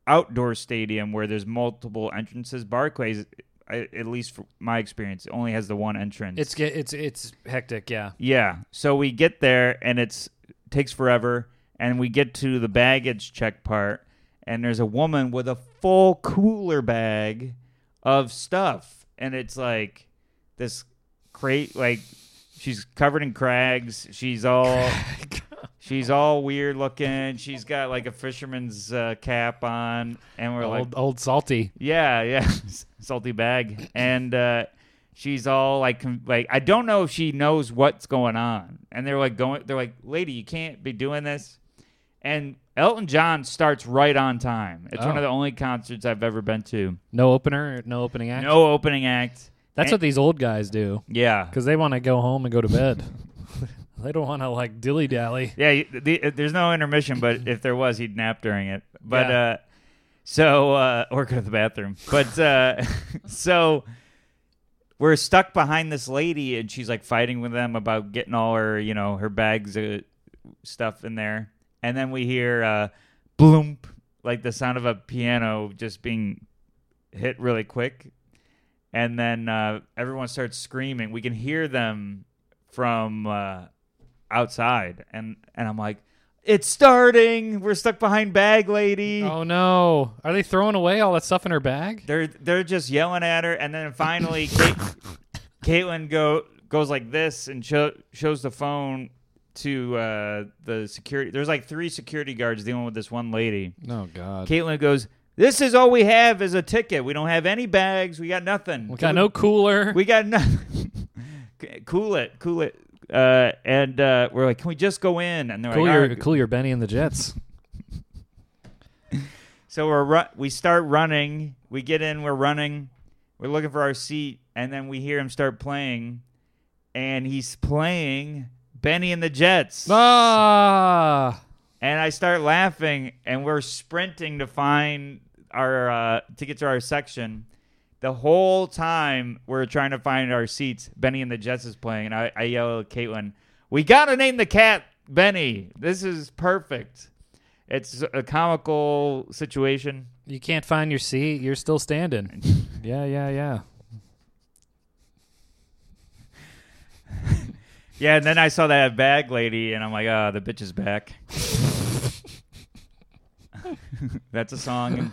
[SPEAKER 2] outdoor stadium where there's multiple entrances. Barclays, I, at least from my experience, only has the one entrance.
[SPEAKER 1] It's ge- it's it's hectic, yeah.
[SPEAKER 2] Yeah. So we get there and it's takes forever and we get to the baggage check part and there's a woman with a full cooler bag of stuff and it's like this crate like she's covered in crags. She's all she's all weird looking. She's got like a fisherman's uh, cap on and we're like
[SPEAKER 1] old old salty.
[SPEAKER 2] yeah, yeah, salty bag, and uh, she's all like, com- like I don't know if she knows what's going on, and they're like going, they're like, lady, you can't be doing this, and Elton John starts right on time. It's one
[SPEAKER 1] Oh.
[SPEAKER 2] of the only concerts I've ever been to.
[SPEAKER 1] No opener, no opening act.
[SPEAKER 2] No opening act.
[SPEAKER 1] That's what these old guys do
[SPEAKER 2] Yeah,
[SPEAKER 1] because they want to go home and go to bed. they don't want to like dilly dally.
[SPEAKER 2] Yeah, you- the, there's no intermission, but if there was, he'd nap during it. But
[SPEAKER 1] Yeah.
[SPEAKER 2] uh, so uh, or go to the bathroom. But uh, so we're stuck behind this lady, and she's like fighting with them about getting all her, you know, her bags of stuff in there. And then we hear uh, bloomp, like the sound of a piano just being hit really quick. And then uh, everyone starts screaming. We can hear them from uh, outside, and and I'm like, "It's starting! We're stuck behind bag lady."
[SPEAKER 1] Oh no! Are they throwing away all that stuff in her bag?
[SPEAKER 2] They're they're just yelling at her, and then finally, Kate, Caitlin go goes like this and show, shows the phone to uh, the security. There's like three security guards dealing with this one lady.
[SPEAKER 1] No god.
[SPEAKER 2] Caitlin goes, "This is all we have is a ticket. We don't have any bags. We got nothing.
[SPEAKER 1] We got no cooler.
[SPEAKER 2] We got nothing. cool it, cool it." Uh, and uh, we're like, "Can we just go in?" And they're
[SPEAKER 1] cool
[SPEAKER 2] like, "All
[SPEAKER 1] your
[SPEAKER 2] right."
[SPEAKER 1] cool your Benny and the Jets.
[SPEAKER 2] So we're ru- we start running. We get in. We're running. We're looking for our seat, and then we hear him start playing, and he's playing Benny and the Jets.
[SPEAKER 1] Ah.
[SPEAKER 2] And I start laughing, and we're sprinting to find our uh, to get to our section. The whole time we're trying to find our seats, Benny and the Jets is playing, and I, I yell at Caitlin, "We gotta name the cat Benny. This is perfect. It's a comical situation."
[SPEAKER 1] You can't find your seat. You're still standing. yeah, yeah, yeah.
[SPEAKER 2] Yeah, and then I saw that bag lady, and I'm like, oh, the bitch is back. That's a song. And,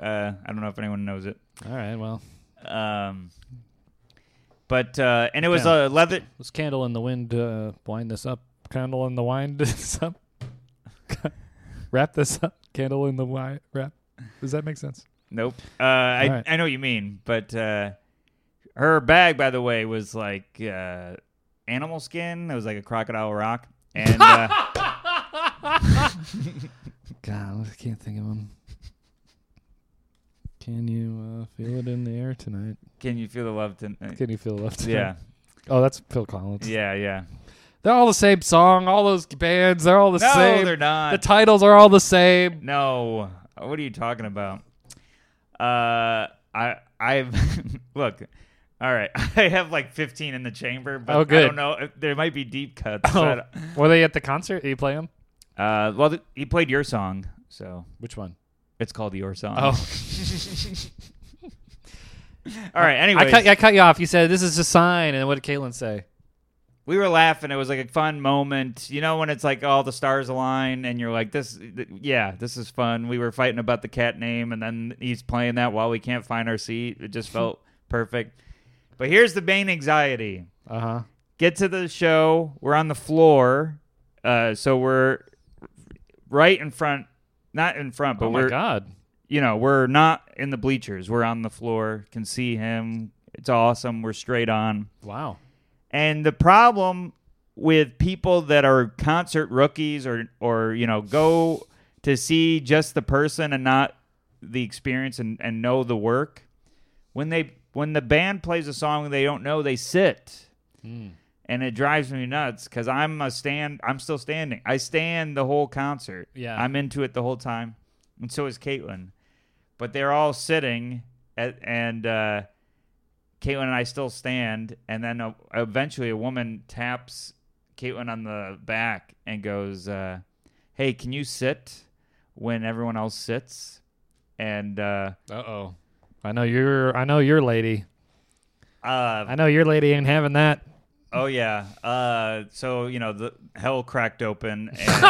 [SPEAKER 2] uh, I don't know if anyone knows it.
[SPEAKER 1] All right. Well,
[SPEAKER 2] Um, but uh, and it was
[SPEAKER 1] Yeah.
[SPEAKER 2] a leather.
[SPEAKER 1] let's candle in the wind. Uh, wind this up. Candle in the wind this up. wrap this up. Candle in the wind. Wrap. Does that make sense?
[SPEAKER 2] Nope. Uh, I
[SPEAKER 1] All right.
[SPEAKER 2] I know what you mean, but uh, her bag, by the way, was like uh, animal skin. It was like a crocodile rock, and uh,
[SPEAKER 1] God, I can't think of them. Can you uh, feel it in the air tonight?
[SPEAKER 2] can you feel the love? Tonight?
[SPEAKER 1] Can you feel love tonight?
[SPEAKER 2] Yeah,
[SPEAKER 1] Oh, that's Phil Collins.
[SPEAKER 2] yeah, yeah.
[SPEAKER 1] They're all the same song. All those bands, they're all the
[SPEAKER 2] No,
[SPEAKER 1] same.
[SPEAKER 2] they're not.
[SPEAKER 1] The titles are all the same.
[SPEAKER 2] No. What are you talking about? Uh, I I've look. All right, I have like 15 in the chamber, but
[SPEAKER 1] Oh,
[SPEAKER 2] I
[SPEAKER 1] good.
[SPEAKER 2] don't know. There might be deep cuts. so I
[SPEAKER 1] Oh,
[SPEAKER 2] don't-
[SPEAKER 1] were they at the concert? Did you play them?
[SPEAKER 2] Uh, well, th- he played your song, so
[SPEAKER 1] Which one?
[SPEAKER 2] it's called your song.
[SPEAKER 1] Oh,
[SPEAKER 2] all right. Anyway,
[SPEAKER 1] I cut I cut you off. You said this is a sign, and what did Caitlin say?
[SPEAKER 2] we were laughing. It was like a fun moment. You know, when it's like all the stars align and you're like, this, th- yeah, this is fun. We were fighting about the cat name and then he's playing that while we can't find our seat. It just felt perfect. But here's the main anxiety
[SPEAKER 1] Uh huh.
[SPEAKER 2] get to the show. We're on the floor. Uh, so we're right in front, not in front, but
[SPEAKER 1] Oh my
[SPEAKER 2] we're,
[SPEAKER 1] god.
[SPEAKER 2] you know, we're not in the bleachers. We're on the floor, can see him. It's awesome. We're straight on.
[SPEAKER 1] Wow.
[SPEAKER 2] And the problem with people that are concert rookies or or you know go to see just the person and not the experience and, and know the work when they when the band plays a song they don't know they sit and it drives me nuts because i'm a stand i'm still standing i stand the whole concert
[SPEAKER 1] Yeah.
[SPEAKER 2] i'm into it the whole time and so is caitlin but they're all sitting at, and uh Caitlin and I still stand, and then uh eventually a woman taps Caitlin on the back and goes, uh, "Hey, can you sit when everyone else sits?" And uh,
[SPEAKER 1] Uh oh. I know you're. I know your lady.
[SPEAKER 2] uh,
[SPEAKER 1] I know your lady ain't having that.
[SPEAKER 2] oh yeah, uh, so you know the hell cracked open and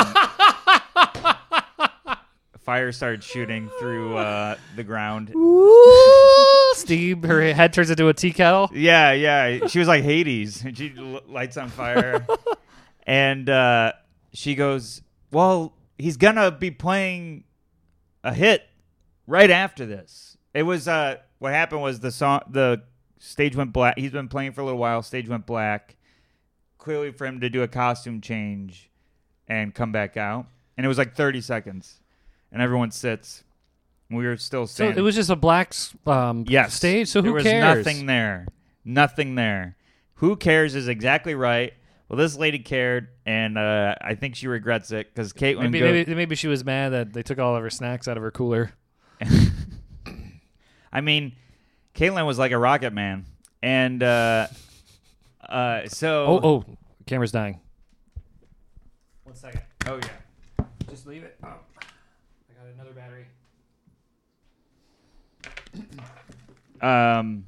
[SPEAKER 2] fire started shooting through uh, the ground.
[SPEAKER 1] Ooh, Steve. Her head turns into a tea kettle.
[SPEAKER 2] Yeah, yeah. She was like Hades. She l- lights on fire. and uh, she goes, Well, he's going to be playing a hit right after this. It was uh, what happened was the song, the stage went black. He's been playing for a little while. Stage went black. Clearly, for him to do a costume change and come back out. And it was like 30 seconds. And everyone sits. We were still
[SPEAKER 1] So
[SPEAKER 2] standing.
[SPEAKER 1] it was just a black s- um,
[SPEAKER 2] Yes.
[SPEAKER 1] stage. So
[SPEAKER 2] there
[SPEAKER 1] who
[SPEAKER 2] was
[SPEAKER 1] cares?
[SPEAKER 2] Nothing there. Nothing there. Who cares is exactly right. Well, this lady cared, and uh, I think she regrets it because Caitlin.
[SPEAKER 1] Maybe,
[SPEAKER 2] go-
[SPEAKER 1] maybe maybe she was mad that they took all of her snacks out of her cooler.
[SPEAKER 2] I mean, Caitlin was like a rocket man, and uh, uh, so.
[SPEAKER 1] Oh oh, camera's dying. One second.
[SPEAKER 2] oh yeah.
[SPEAKER 1] Just leave it. I got another battery.
[SPEAKER 2] Um,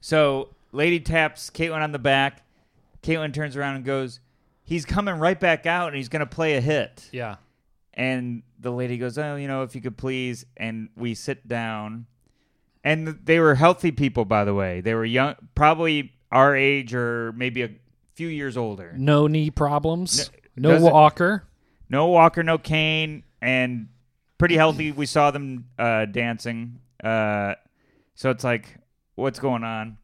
[SPEAKER 2] so lady taps Caitlin on the back. Caitlin turns around and goes, "He's coming right back out, and he's gonna play a hit."
[SPEAKER 1] Yeah.
[SPEAKER 2] And the lady goes, "Oh, you know, if you could please." And we sit down. And th- they were healthy people, by the way. They were young, probably our age or maybe a few years older.
[SPEAKER 1] No knee problems.
[SPEAKER 2] No-
[SPEAKER 1] No,
[SPEAKER 2] doesn't-
[SPEAKER 1] walker.
[SPEAKER 2] No walker, no cane, and pretty healthy. We saw them uh, dancing. Uh, so it's like, what's going on?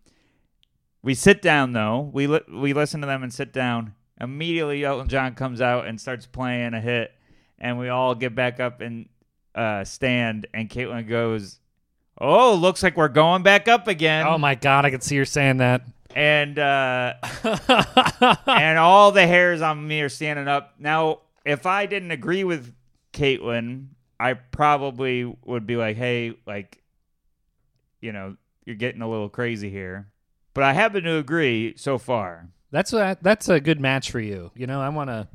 [SPEAKER 2] We sit down though. We li- we listen to them and sit down. Immediately, Elton John comes out and starts playing a hit, and we all get back up and uh, stand. And Caitlin goes, "Oh, looks like we're going back up again."
[SPEAKER 1] Oh my god, I could see her saying that.
[SPEAKER 2] and uh, and all the hairs on me are standing up. Now, if I didn't agree with Caitlyn, I probably would be like, "Hey, like, you know, you're getting a little crazy here." But I happen to agree so far.
[SPEAKER 1] That's a that's a good match for you. You know, I want to.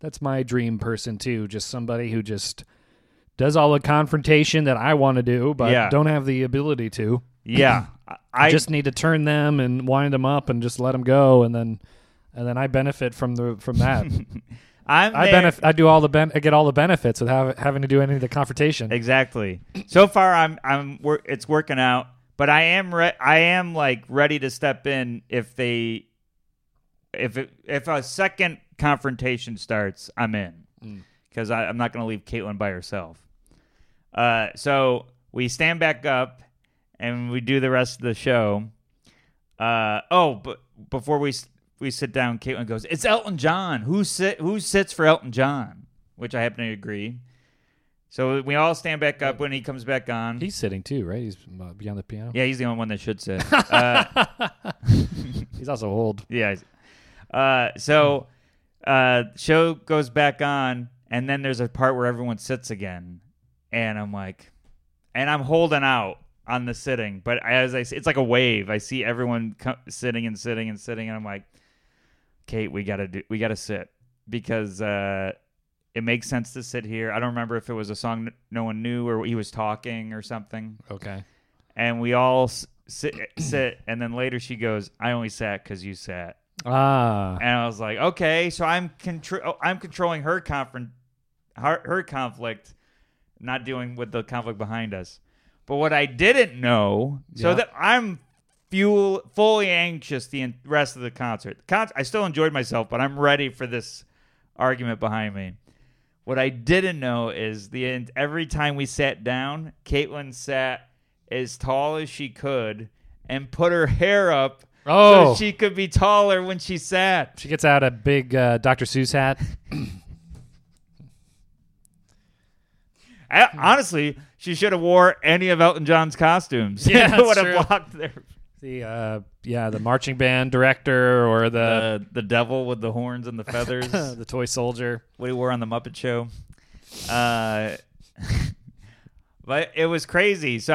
[SPEAKER 1] That's my dream person too. Just somebody who just does all the confrontation that I want to do, but
[SPEAKER 2] Yeah.
[SPEAKER 1] don't have the ability to.
[SPEAKER 2] Yeah, I- I
[SPEAKER 1] I just need to turn them and wind them up and just let them go, and then and then I benefit from the from that.
[SPEAKER 2] I'm
[SPEAKER 1] I
[SPEAKER 2] there-
[SPEAKER 1] benefit. I do all the ben- I get all the benefits without having to do any of the confrontation.
[SPEAKER 2] Exactly. So far, I'm I'm wor- it's working out, but I am re- I am like ready to step in if they if it, if a second confrontation starts, I'm in because I'm not going to leave Caitlyn by herself. Uh, so we stand back up and we do the rest of the show. Uh, oh, but before we s- we sit down, Caitlyn goes, "It's Elton John. Who sit who sits for Elton John?" Which I happen to agree. So we all stand back up when he comes back on.
[SPEAKER 1] He's sitting too, right? He's uh, beyond the piano.
[SPEAKER 2] yeah, he's the only one that should sit. Uh,
[SPEAKER 1] He's also old.
[SPEAKER 2] yeah. he's- Uh, so uh, show goes back on, and then there's a part where everyone sits again, and I'm like, and I'm holding out on the sitting, but as I, s- it's like a wave. I see everyone co- sitting and sitting and sitting, and I'm like, Kate, we gotta do, we gotta sit because uh, it makes sense to sit here. I don't remember if it was a song that no one knew or he was talking or something
[SPEAKER 1] Okay.
[SPEAKER 2] and we all s- sit, sit and then later she goes i only sat because you sat
[SPEAKER 1] Ah.
[SPEAKER 2] and i was like okay so i'm contr- oh, i'm controlling her confront her, her conflict not dealing with the conflict behind us but what i didn't know so
[SPEAKER 1] Yeah.
[SPEAKER 2] that i'm fuel fully anxious the en- rest of the concert the con- i still enjoyed myself but i'm ready for this argument behind me what I didn't know is the end, every time we sat down, Caitlin sat as tall as she could and put her hair up
[SPEAKER 1] Oh.
[SPEAKER 2] so she could be taller when she sat.
[SPEAKER 1] She gets out a big uh, Dr. Seuss hat.
[SPEAKER 2] I, honestly, she should have wore any of Elton John's costumes.
[SPEAKER 1] Yeah,
[SPEAKER 2] it would
[SPEAKER 1] that's
[SPEAKER 2] have
[SPEAKER 1] true.
[SPEAKER 2] blocked their,
[SPEAKER 1] The uh, yeah, the marching band director or the
[SPEAKER 2] the the devil with the horns and the feathers.
[SPEAKER 1] uh, the toy soldier.
[SPEAKER 2] what he wore on the Muppet Show. Uh, but it was crazy. So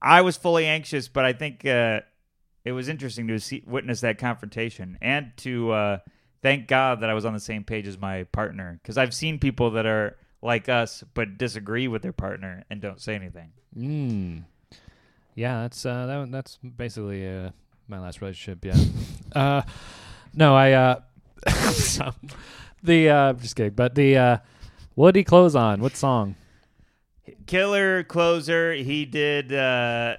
[SPEAKER 2] I, I was fully anxious, but I think uh, it was interesting to see, witness that confrontation and to uh, thank God that I was on the same page as my partner because I've seen people that are like us but disagree with their partner and don't say anything.
[SPEAKER 1] Mm. Yeah, that's uh, that, that's basically uh, my last relationship. Yeah. uh, no, I uh, so- the uh, just kidding. But the uh, what did he close on? What song?
[SPEAKER 2] Killer closer. He did uh,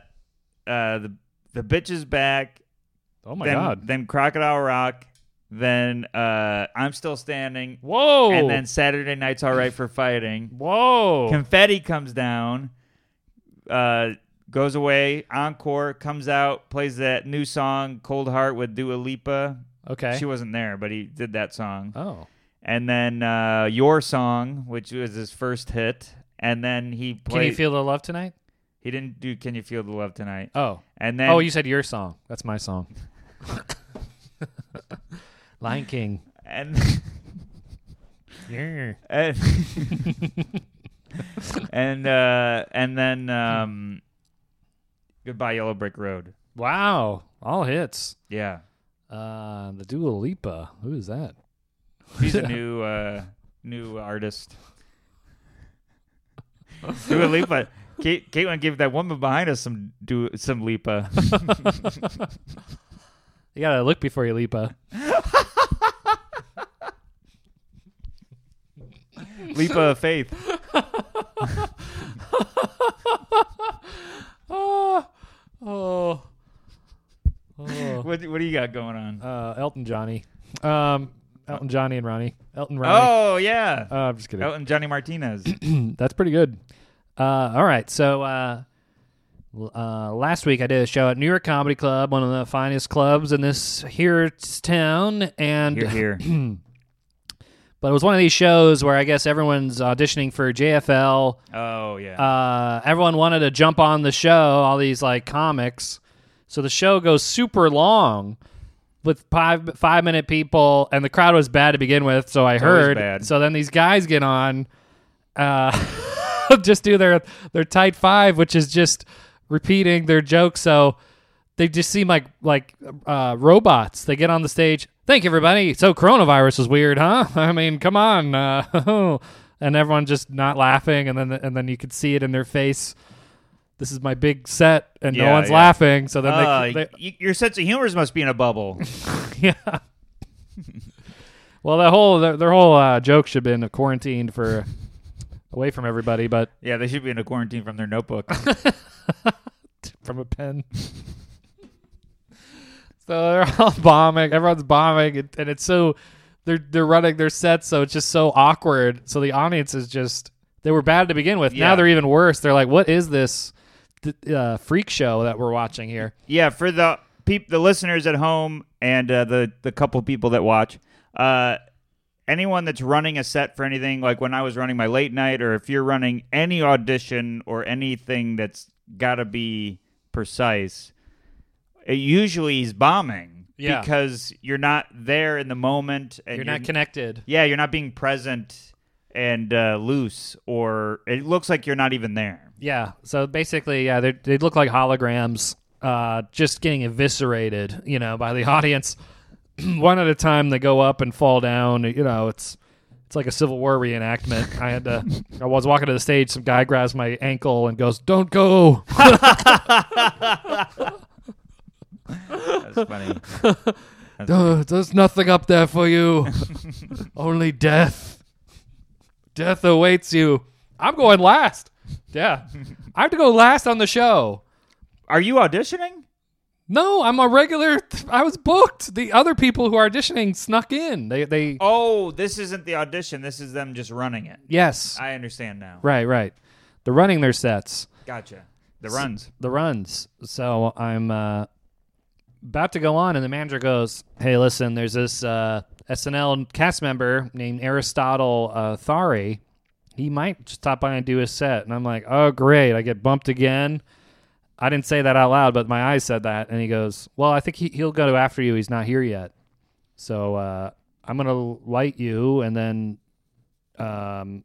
[SPEAKER 2] uh, the the bitches back.
[SPEAKER 1] Oh my
[SPEAKER 2] then,
[SPEAKER 1] god!
[SPEAKER 2] Then Crocodile Rock. Then uh, I'm Still Standing.
[SPEAKER 1] Whoa!
[SPEAKER 2] And then Saturday Night's All Right for Fighting.
[SPEAKER 1] whoa!
[SPEAKER 2] Confetti comes down, uh, goes away. Encore comes out, plays that new song, Cold Heart with Dua Lipa.
[SPEAKER 1] okay.
[SPEAKER 2] She wasn't there, but he did that song.
[SPEAKER 1] oh.
[SPEAKER 2] And then uh, Your Song, which was his first hit. And then he
[SPEAKER 1] Can
[SPEAKER 2] played.
[SPEAKER 1] you feel the love tonight?
[SPEAKER 2] he didn't do Can You Feel the Love Tonight.
[SPEAKER 1] Oh.
[SPEAKER 2] And then
[SPEAKER 1] oh, you said your song. That's my song. Lion King.
[SPEAKER 2] and
[SPEAKER 1] Yeah.
[SPEAKER 2] and and, uh, and then um, goodbye Yellow Brick Road.
[SPEAKER 1] Wow. All hits.
[SPEAKER 2] Yeah,
[SPEAKER 1] Uh, the Dua Lipa. Who is that?
[SPEAKER 2] she's a new uh, new artist. Dua Lipa. Kate, Caitlin gave that woman behind us some do some Lipa.
[SPEAKER 1] You gotta look before you uh. Lipa.
[SPEAKER 2] Lipa of faith.
[SPEAKER 1] Ah. Oh. Oh. oh.
[SPEAKER 2] What, what do you got going on?
[SPEAKER 1] Uh, Elton Johnny. Um, Elton Johnny and Ronnie. Elton Ronnie.
[SPEAKER 2] Oh yeah,
[SPEAKER 1] Uh, I'm just kidding.
[SPEAKER 2] Elton Johnny Martinez.
[SPEAKER 1] That's pretty good. Uh, all right. So uh, l- uh, last week I did a show at New York Comedy Club, one of the finest clubs in this here town, and
[SPEAKER 2] You're here.
[SPEAKER 1] but it was one of these shows where I guess everyone's auditioning for JFL.
[SPEAKER 2] Oh yeah.
[SPEAKER 1] Uh, everyone wanted to jump on the show. All these like comics, so the show goes super long. With five five minute people, and the crowd was bad to begin with, so I
[SPEAKER 2] always
[SPEAKER 1] heard.
[SPEAKER 2] bad.
[SPEAKER 1] So then these guys get on, uh, just do their their tight five, which is just repeating their jokes. So they just seem like like uh, robots. They get on the stage. Thank you, everybody. So coronavirus was weird, huh? I mean, come on. Uh, and everyone just not laughing, and then and then you could see it in their face. This is my big set, and no
[SPEAKER 2] Yeah,
[SPEAKER 1] one's
[SPEAKER 2] yeah.
[SPEAKER 1] laughing. So then
[SPEAKER 2] Uh,
[SPEAKER 1] they, they
[SPEAKER 2] y- your sense of humor must be in a bubble.
[SPEAKER 1] yeah. well, that whole their, their whole uh, joke should have been quarantined for away from everybody, but
[SPEAKER 2] yeah, they should be in a quarantine from their notebook.
[SPEAKER 1] from a pen. so they're all bombing. Everyone's bombing, and, and it's so they're they're running their sets, so it's just so awkward. So the audience is just they were bad to begin with.
[SPEAKER 2] Yeah.
[SPEAKER 1] Now they're even worse. They're like, what is this th- uh, freak show that we're watching here?
[SPEAKER 2] Yeah, for the peop- the listeners at home and uh, the the couple people that watch, uh, anyone that's running a set for anything, like when I was running my late night, or if you're running any audition or anything that's got to be precise, it usually is bombing.
[SPEAKER 1] Yeah.
[SPEAKER 2] because you're not there in the moment and
[SPEAKER 1] You're not connected.
[SPEAKER 2] Yeah, you're not being present and uh, loose, or it looks like you're not even there.
[SPEAKER 1] Yeah. So basically, yeah, they they look like holograms, uh, just getting eviscerated, you know, by the audience. One at a time, they go up and fall down. You know, it's it's like a Civil War reenactment. I had to. I was walking to the stage. Some guy grabs my ankle and goes, "Don't go."
[SPEAKER 2] That's funny.
[SPEAKER 1] "Duh, There's nothing up there for you. Only death. Death awaits you. I'm going last. Yeah, I have to go last on the show.
[SPEAKER 2] Are you auditioning?
[SPEAKER 1] No, I'm a regular. I was booked. The other people who are auditioning snuck in. They, they.
[SPEAKER 2] Oh, this isn't the audition. This is them just running it.
[SPEAKER 1] Yes.
[SPEAKER 2] I understand now.
[SPEAKER 1] right, right. They're running their sets,
[SPEAKER 2] Gotcha. The runs.
[SPEAKER 1] the runs. So I'm uh, about to go on, and the manager goes, "Hey, listen. There's this uh, SNL cast member named Aristotle uh, Thari. He might stop by and do his set." And I'm like, "Oh, great! I get bumped again." I didn't say that out loud, but my eyes said that. And he goes, "Well, I think he, he'll go after you. He's not here yet." So uh, I'm gonna light you, and then, um,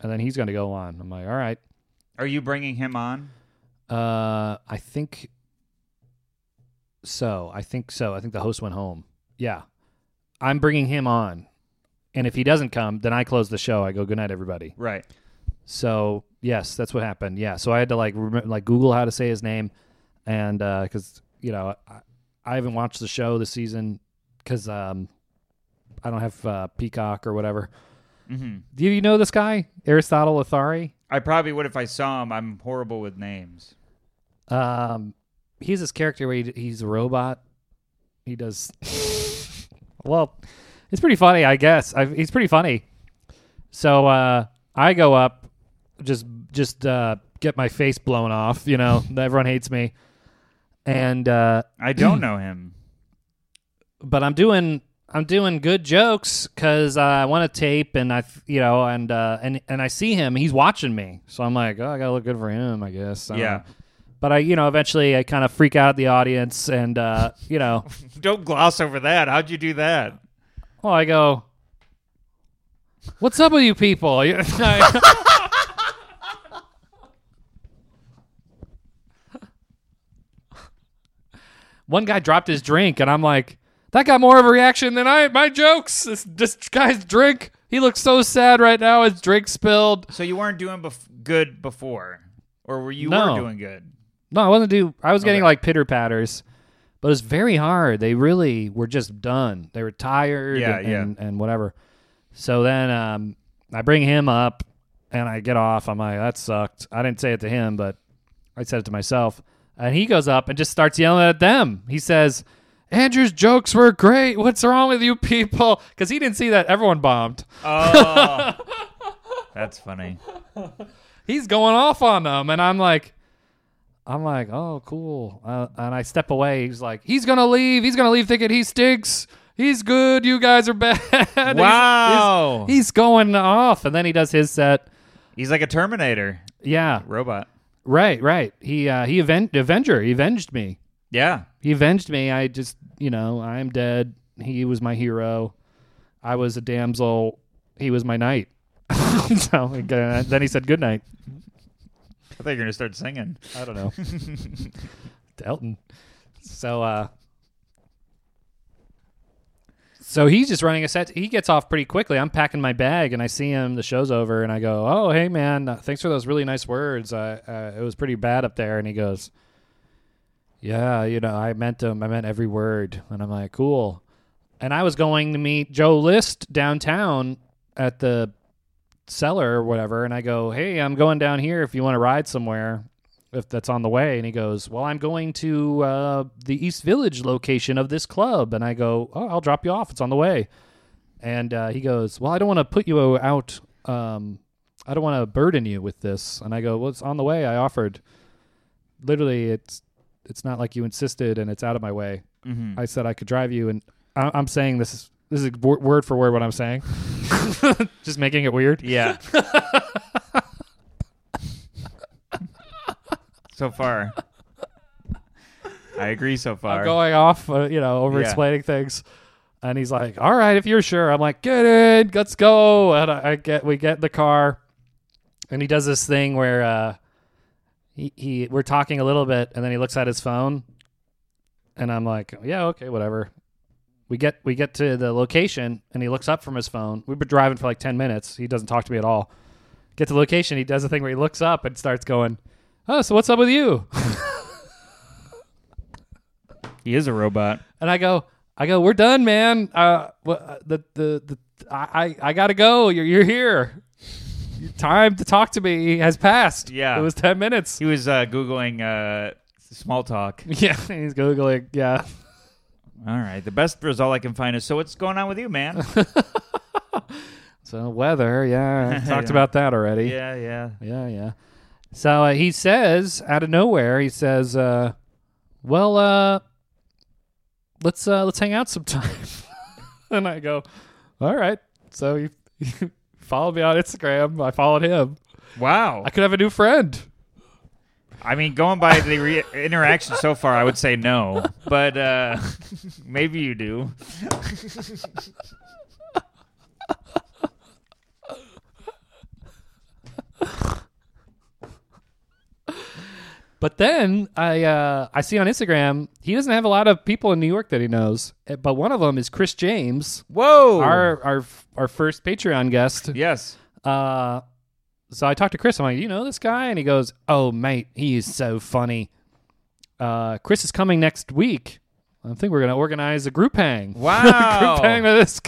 [SPEAKER 1] and then he's gonna go on. I'm like, all right.
[SPEAKER 2] Are you bringing him on?
[SPEAKER 1] Uh, I think so. I think so. I think the host went home. Yeah, I'm bringing him on, and if he doesn't come, then I close the show. I go, good night, everybody.
[SPEAKER 2] Right.
[SPEAKER 1] So yes, that's what happened. Yeah. So I had to like rem- like Google how to say his name, and because you know I, I haven't watched the show this season because um I don't have uh, Peacock or whatever.
[SPEAKER 2] hmm
[SPEAKER 1] Do you know this guy Aristotle Athari?
[SPEAKER 2] I probably would if I saw him. I'm horrible with names.
[SPEAKER 1] Um, he's this character where he, he's a robot. He does well. It's pretty funny, I guess. I, he's pretty funny. So uh, I go up, just just uh, get my face blown off. You know, everyone hates me, and uh,
[SPEAKER 2] I don't know him.
[SPEAKER 1] but I'm doing I'm doing good jokes because I want to tape and I th- you know and uh, and and I see him he's watching me so I'm like oh I gotta look good for him I guess I don't
[SPEAKER 2] Yeah.
[SPEAKER 1] know. but I you know eventually I kind of freak out the audience and uh, you know
[SPEAKER 2] Don't gloss over that. How'd you do that?
[SPEAKER 1] well I go what's up with you people You- one guy dropped his drink, and I'm like, that got more of a reaction than I my jokes. This, this guy's drink. He looks so sad right now. His drink spilled.
[SPEAKER 2] So you weren't doing bef- good before, or were you
[SPEAKER 1] No.
[SPEAKER 2] were doing good?
[SPEAKER 1] No, I wasn't do. I was getting
[SPEAKER 2] Okay.
[SPEAKER 1] like pitter patters, but it was very hard. They really were just done. They were tired.
[SPEAKER 2] Yeah,
[SPEAKER 1] and,
[SPEAKER 2] yeah.
[SPEAKER 1] And, and whatever. So then um, I bring him up, and I get off. I'm like, that sucked. I didn't say it to him, but I said it to myself. And he goes up and just starts yelling at them. He says, Andrew's jokes were great. What's wrong with you people? Because he didn't see that everyone bombed.
[SPEAKER 2] Oh, that's funny.
[SPEAKER 1] he's going off on them and i'm like i'm like oh cool uh, and i step away he's like he's gonna leave he's gonna leave thinking he stinks he's good you guys are bad He's-
[SPEAKER 2] Wow.
[SPEAKER 1] he's, he's going off and then he does his set
[SPEAKER 2] He's like a Terminator
[SPEAKER 1] yeah
[SPEAKER 2] robot.
[SPEAKER 1] right right he uh he aven- avenger he avenged me
[SPEAKER 2] Yeah.
[SPEAKER 1] he avenged me i just you know i'm dead he was my hero i was a damsel he was my knight so uh, then he said good night
[SPEAKER 2] I thought you were gonna start singing.
[SPEAKER 1] I don't know. To Elton. So uh So he's just running a set. He gets off pretty quickly. I'm packing my bag and I see him, the show's over and I go, "Oh, hey man, uh, thanks for those really nice words. Uh, uh, it was pretty bad up there." And he goes, "Yeah, you know, I meant them. I meant every word." And I'm like, "Cool." And I was going to meet Joe List downtown at the seller or whatever and I go, "Hey, I'm going down here if you want to ride somewhere." if that's on the way and he goes well i'm going to uh, the east village location of this club and i go oh i'll drop you off it's on the way and uh, he goes well i don't want to put you out um, i don't want to burden you with this and i go well it's on the way i offered literally it's it's not like you insisted and it's out of my way
[SPEAKER 2] Mm-hmm.
[SPEAKER 1] i said i could drive you and I- i'm saying this is this is wor- word for word what i'm saying just making it weird
[SPEAKER 2] Yeah. so far, I agree so far.
[SPEAKER 1] I'm going off, uh, you know, over explaining things. And he's like, "All right, if you're sure." I'm like, "Get in, let's go." And I, I get, we get in the car, and he does this thing where uh, he, he, we're talking a little bit, and then he looks at his phone, and I'm like, "Yeah, okay, whatever." We get, we get to the location, and he looks up from his phone. We've been driving for like ten minutes. He doesn't talk to me at all. Get to the location, he does a thing where he looks up and starts going, "Oh, so what's up with you?"
[SPEAKER 2] He is a robot.
[SPEAKER 1] And I go, I go, we're done, man. Uh, wha- uh, the the the I I I gotta go. You're you're here. Your time to talk to me has passed.
[SPEAKER 2] Yeah.
[SPEAKER 1] it was ten minutes.
[SPEAKER 2] He was uh, googling uh, small talk.
[SPEAKER 1] Yeah, he's googling. Yeah,
[SPEAKER 2] All right, the best result I can find is so. What's going on with you, man?
[SPEAKER 1] so weather. Yeah, I talked
[SPEAKER 2] Yeah.
[SPEAKER 1] about that already.
[SPEAKER 2] yeah, yeah.
[SPEAKER 1] yeah, yeah. So uh, he says out of nowhere, he says, uh, "Well, uh, let's uh, let's hang out sometime." and I go, "All right." So you, you followed me on Instagram. I followed him.
[SPEAKER 2] Wow.
[SPEAKER 1] I could have a new friend.
[SPEAKER 2] I mean, going by the re- interaction so far, I would say no, but uh, maybe you do.
[SPEAKER 1] But then I uh, I see on Instagram he doesn't have a lot of people in New York that he knows, eh, but one of them is Chris James,
[SPEAKER 2] Whoa.
[SPEAKER 1] our our our first Patreon guest.
[SPEAKER 2] yes.
[SPEAKER 1] Uh, so I talked to Chris. I'm like, you know this guy? And he goes, oh mate, he is so funny. Uh, Chris is coming next week. I think we're gonna organize a group hang.
[SPEAKER 2] Wow.
[SPEAKER 1] group hang with this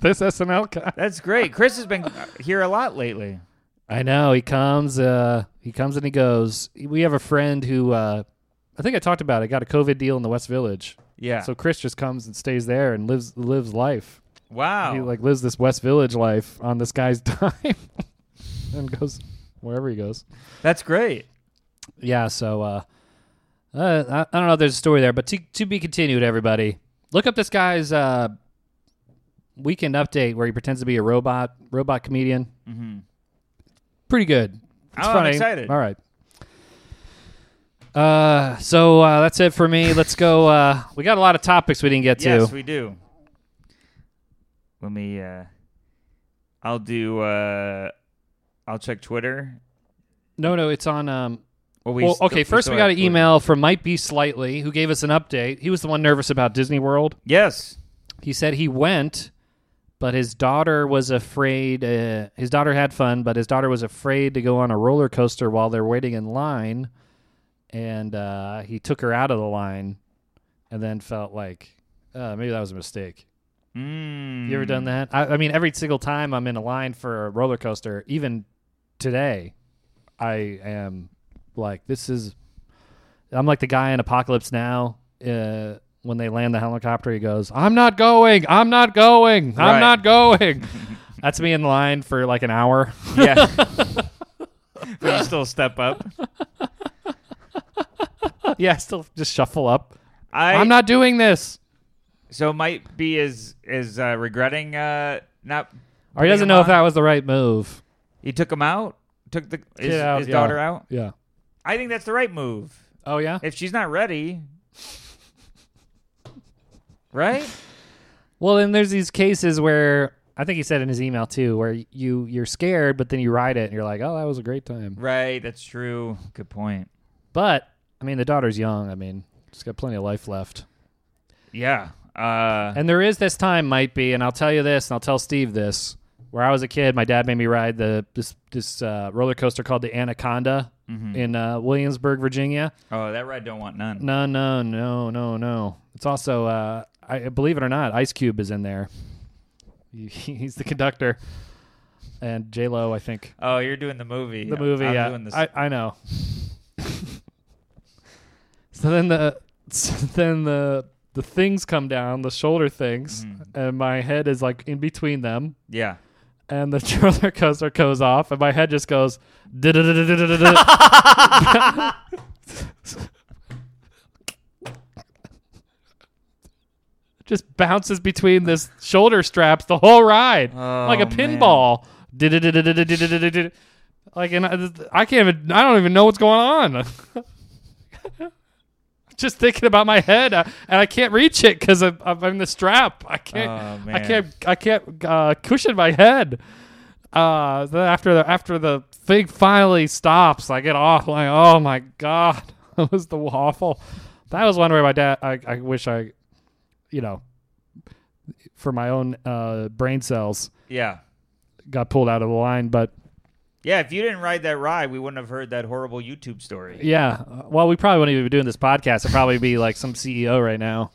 [SPEAKER 1] this SNL guy.
[SPEAKER 2] That's great. Chris has been uh, here a lot lately.
[SPEAKER 1] I know he comes. Uh, he comes and he goes. We have a friend who uh, I think I talked about. it, got a COVID deal in the West Village.
[SPEAKER 2] Yeah.
[SPEAKER 1] So Chris just comes and stays there and lives lives life.
[SPEAKER 2] wow.
[SPEAKER 1] He like lives this West Village life on this guy's dime, and goes wherever he goes.
[SPEAKER 2] That's great.
[SPEAKER 1] Yeah. So uh, uh, I, I don't know. if There's a story there, but to to be continued. Everybody, look up this guy's uh, weekend update where he pretends to be a robot robot comedian. Mm-hmm. Pretty good. It's
[SPEAKER 2] Oh, I'm
[SPEAKER 1] funny.
[SPEAKER 2] excited.
[SPEAKER 1] All right. Uh, so uh, that's it for me. Let's go. Uh, we got a lot of topics we didn't get to.
[SPEAKER 2] Yes, we do. Let me. Uh, I'll do. Uh, I'll check Twitter.
[SPEAKER 1] No, no, it's on. Um,
[SPEAKER 2] Well,
[SPEAKER 1] well,
[SPEAKER 2] still-
[SPEAKER 1] okay, first
[SPEAKER 2] still
[SPEAKER 1] we got
[SPEAKER 2] have
[SPEAKER 1] an
[SPEAKER 2] Twitter.
[SPEAKER 1] email from Might Be Slightly, who gave us an update. He was the one nervous about Disney World.
[SPEAKER 2] Yes.
[SPEAKER 1] He said he went, but his daughter was afraid. Uh, his daughter had fun, but his daughter was afraid to go on a roller coaster while they're waiting in line, and uh, he took her out of the line, and then felt like uh, maybe that was a mistake.
[SPEAKER 2] Mm.
[SPEAKER 1] You ever done that? I, I mean, every single time I'm in a line for a roller coaster, even today, I am like, this is. I'm like the guy in Apocalypse Now. Uh, when they land the helicopter, he goes, "I'm not going. I'm not going. I'm
[SPEAKER 2] Right.
[SPEAKER 1] not going." That's me in line for like an hour.
[SPEAKER 2] Yeah. but you still step up.
[SPEAKER 1] yeah, I still just shuffle up.
[SPEAKER 2] I,
[SPEAKER 1] I, am not doing this.
[SPEAKER 2] So might be is is uh, regretting uh, not.
[SPEAKER 1] Or he
[SPEAKER 2] putting
[SPEAKER 1] doesn't
[SPEAKER 2] him
[SPEAKER 1] know if
[SPEAKER 2] on.
[SPEAKER 1] that was the right move.
[SPEAKER 2] He took him out. Took the his,
[SPEAKER 1] Get out,
[SPEAKER 2] his
[SPEAKER 1] yeah.
[SPEAKER 2] daughter out.
[SPEAKER 1] Yeah.
[SPEAKER 2] I think that's the right move.
[SPEAKER 1] Oh yeah.
[SPEAKER 2] If she's not ready, right?
[SPEAKER 1] Well, and there's these cases where I think he said in his email too, where you you're scared, but then you ride it and you're like, oh, that was a great time.
[SPEAKER 2] Right. That's true. Good point.
[SPEAKER 1] But I mean, the daughter's young. I mean, she's got plenty of life left.
[SPEAKER 2] Yeah. Uh,
[SPEAKER 1] And there is this time might be, and I'll tell you this, and I'll tell Steve this. Where I was a kid, my dad made me ride the this this uh, roller coaster called the Anaconda in uh, Williamsburg, Virginia.
[SPEAKER 2] oh, that ride don't want none.
[SPEAKER 1] No, no, no, no, no. It's also, uh, I believe it or not, Ice Cube is in there. He- He's the conductor, and J Lo, I think.
[SPEAKER 2] Oh, you're doing the movie.
[SPEAKER 1] the movie.
[SPEAKER 2] I'm
[SPEAKER 1] yeah,
[SPEAKER 2] doing this.
[SPEAKER 1] I, I know. so then the so then the the things come down, the shoulder things, and my head is like in between them,
[SPEAKER 2] yeah.
[SPEAKER 1] and the roller coaster goes off, and my head just goes. "Da-da-da-da-da-da-da." Just bounces between this shoulder straps the whole ride like a
[SPEAKER 2] Oh, man.
[SPEAKER 1] pinball. Da-da-da-da-da-da-da-da-da. Like and I, I can't even I don't even know what's going on. just thinking about my head, uh, and I can't reach it because I'm, I'm in the strap. I
[SPEAKER 2] Oh,
[SPEAKER 1] can't. I
[SPEAKER 2] man.
[SPEAKER 1] can't. I can't uh, cushion my head. Uh, then after the after the thing finally stops, I get off like, oh my god, that was the awful. That was one where my dad. I, I wish I, you know, for my own uh, brain cells,
[SPEAKER 2] Yeah.
[SPEAKER 1] got pulled out of the line, but.
[SPEAKER 2] Yeah, if you didn't ride that ride, we wouldn't have heard that horrible YouTube story.
[SPEAKER 1] Yeah. Uh, Well, we probably wouldn't even be doing this podcast. I'd probably be like some CEO right now.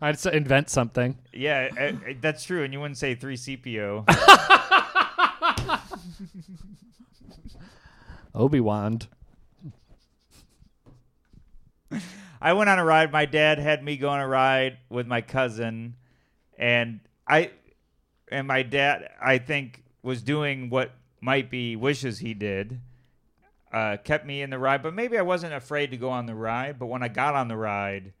[SPEAKER 1] I'd s- invent something.
[SPEAKER 2] Yeah, uh, uh, that's true. And you wouldn't say 3CPO.
[SPEAKER 1] Obi Wan.
[SPEAKER 2] I went on a ride. My dad had me go on a ride with my cousin, and I and my dad, I think, was doing what might be wishes he did. Uh, kept me in the ride, but maybe I wasn't afraid to go on the ride. But when I got on the ride,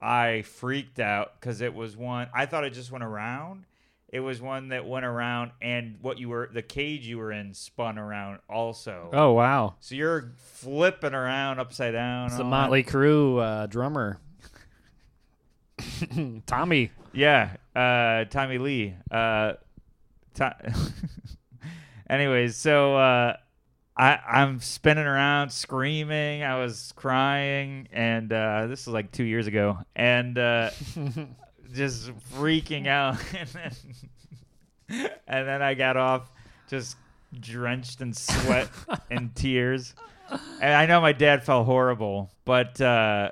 [SPEAKER 2] I freaked out because it was one. I thought it just went around. It was one that went around, and what you were, the cage you were in, spun around also.
[SPEAKER 1] Oh wow,
[SPEAKER 2] So you're flipping around upside down.
[SPEAKER 1] it's
[SPEAKER 2] and
[SPEAKER 1] the
[SPEAKER 2] all
[SPEAKER 1] Motley Crue uh, drummer, Tommy.
[SPEAKER 2] that. Yeah, uh, Tommy Lee. Uh, to- Anyways, so uh, I I'm spinning around, screaming. I was crying, and uh, this was like two years ago, and uh, just freaking out. and then and then I got off, just drenched in sweat and tears. And I know my dad felt horrible, but uh,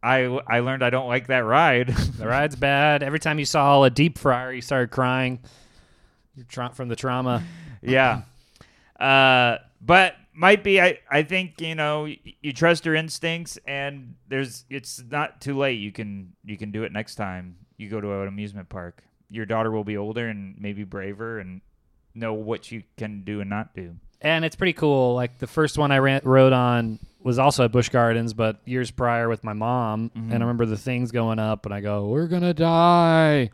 [SPEAKER 2] I I learned I don't like that ride.
[SPEAKER 1] The ride's bad. Every time you saw a deep fryer, you started crying. You're tra- from the trauma.
[SPEAKER 2] yeah. Uh, but might be I, I think you know you, you trust your instincts and there's it's not too late you can you can do it next time you go to an amusement park your daughter will be older and maybe braver and know what you can do and not do
[SPEAKER 1] and it's pretty cool. Like the first one I ran, rode on was also at Busch Gardens, but years prior with my mom, and I remember the things going up, and I go, "We're gonna die,"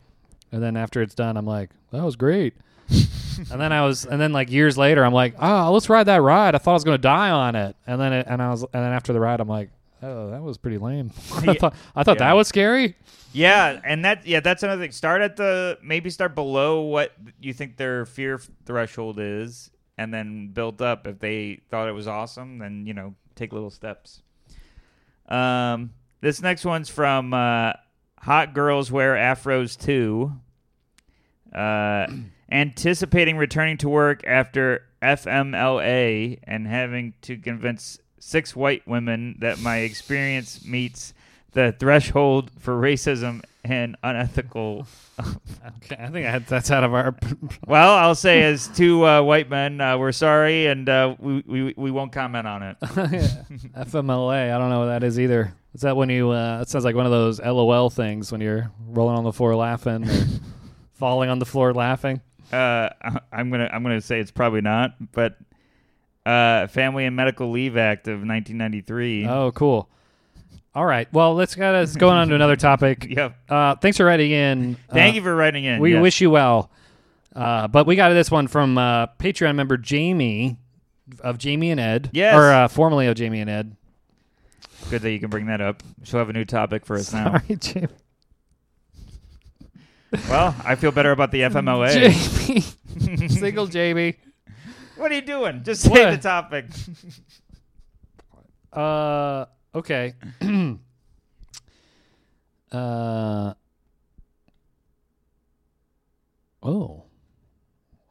[SPEAKER 1] and then after it's done, I'm like, "That was great." and then I was, and then like years later, I'm like, "Ah, let's ride that ride." I thought I was gonna die on it, and then it, and I was, and then after the ride, I'm like, "Oh, that was pretty lame." I thought I thought
[SPEAKER 2] Yeah.
[SPEAKER 1] that was scary.
[SPEAKER 2] yeah and that yeah that's another thing start at the maybe start below what you think their fear f- threshold is and then build up if they thought it was awesome then you know take little steps um this next one's from uh hot girls wear afros too uh anticipating returning to work after FMLA and having to convince six white women that my experience meets the threshold for racism and unethical.
[SPEAKER 1] Okay, I think I had, that's out of our.
[SPEAKER 2] Well, I'll say as two uh, white men, uh, we're sorry, and uh, we, we we won't comment on it.
[SPEAKER 1] FMLA. I don't know what that is either. Is that when you? Uh, it sounds like one of those LOL things when you're rolling on the floor laughing, or falling on the floor laughing.
[SPEAKER 2] Uh, I- I'm gonna I'm gonna say it's probably not, but uh, Family and Medical Leave Act of 1993.
[SPEAKER 1] Oh, cool. All right. Well, let's got us going on to another topic.
[SPEAKER 2] Yep.
[SPEAKER 1] Uh, thanks for writing in.
[SPEAKER 2] Thank
[SPEAKER 1] Uh,
[SPEAKER 2] you for writing in.
[SPEAKER 1] We
[SPEAKER 2] yes.
[SPEAKER 1] wish you well. Uh, but we got this one from uh, Patreon member Jamie of Jamie and Ed.
[SPEAKER 2] Yes.
[SPEAKER 1] Or uh, formerly of Jamie and Ed.
[SPEAKER 2] Good that you can bring that up. She'll have a new topic for us now.
[SPEAKER 1] Sorry, Jamie.
[SPEAKER 2] Well, I feel better about the FMLA.
[SPEAKER 1] Jamie. Single Jamie.
[SPEAKER 2] what are you doing? Just say
[SPEAKER 1] What?
[SPEAKER 2] the topic.
[SPEAKER 1] Uh, okay. uh, oh,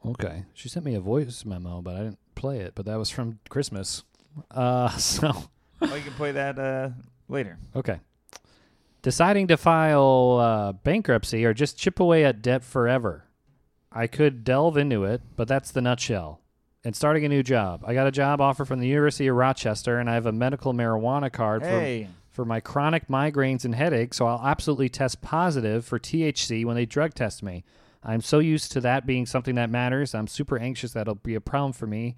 [SPEAKER 1] okay. She sent me a voice memo, but I didn't play it. But that was from Christmas. Uh, so
[SPEAKER 2] Well, you can play that uh, later.
[SPEAKER 1] okay. Deciding to file uh, bankruptcy or just chip away at debt forever. I could delve into it, but that's the nutshell. And starting a new job. I got a job offer from the University of Rochester, and I have a medical marijuana card for
[SPEAKER 2] Hey,
[SPEAKER 1] for my chronic migraines and headaches, so I'll absolutely test positive for THC when they drug test me. I'm so used to that being something that matters. I'm super anxious that'll be a problem for me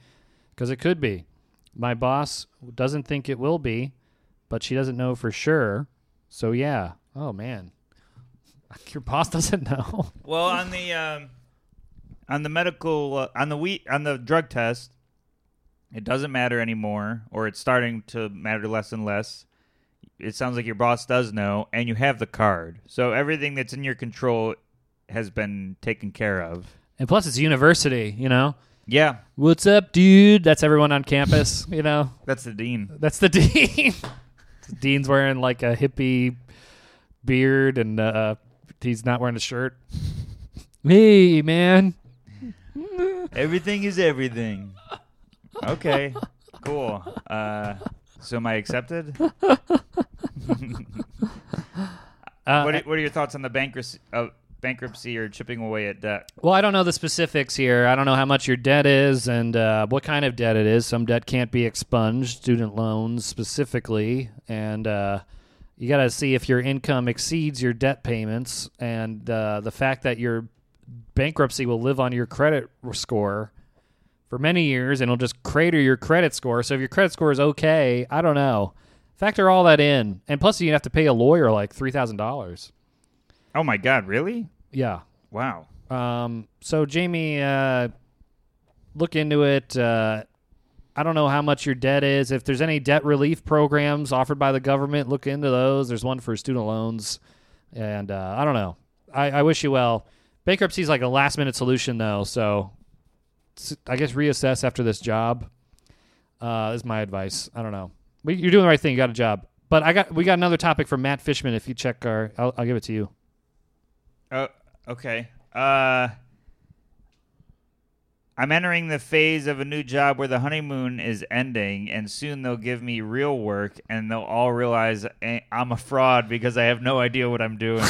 [SPEAKER 1] because it could be. My boss doesn't think it will be, but she doesn't know for sure. So, yeah. Oh, man. Your boss doesn't know.
[SPEAKER 2] well on the um, on the medical uh, on the wheat on the drug test, It doesn't matter anymore, or it's starting to matter less and less. It sounds like your boss does know, and you have the card. So everything that's in your control has been taken care of.
[SPEAKER 1] And plus, it's university, you know?
[SPEAKER 2] Yeah,
[SPEAKER 1] What's up, dude? That's everyone on campus, you know?
[SPEAKER 2] that's the dean.
[SPEAKER 1] That's the dean. Dean's wearing like a hippie beard and uh, he's not wearing a shirt. Hey, man.
[SPEAKER 2] Everything is everything. Okay, cool. Uh, so am I accepted?
[SPEAKER 1] Uh,
[SPEAKER 2] What are, what are your thoughts on the bankruptcy, uh, bankruptcy or chipping away at debt?
[SPEAKER 1] well, I don't know the specifics here. I don't know how much your debt is and uh, what kind of debt it is. Some debt can't be expunged, student loans specifically. And uh, you got to see if your income exceeds your debt payments. And uh, the fact that your bankruptcy will live on your credit score for many years and it'll just crater your credit score. So if your credit score is okay, I don't know. Factor all that in. And plus, you'd have to pay a lawyer like $3,000.
[SPEAKER 2] Oh my God, really?
[SPEAKER 1] Yeah.
[SPEAKER 2] Wow.
[SPEAKER 1] Um, so Jamie, uh, look into it. Uh, I don't know how much your debt is. If there's any debt relief programs offered by the government, look into those. There's one for student loans, and uh, I don't know. I, I wish you well. Bankruptcy is like a last minute solution, though. So s- I guess reassess after this job. Uh, is my advice. I don't know. We, you're doing the right thing. You got a job, but I got we got another topic from Matt Fishman. If you check our, I'll, I'll give it to you.
[SPEAKER 2] Oh, okay. Uh, I'm entering the phase of a new job where the honeymoon is ending, and soon they'll give me real work, and they'll all realize eh, I'm a fraud because I have no idea what I'm doing.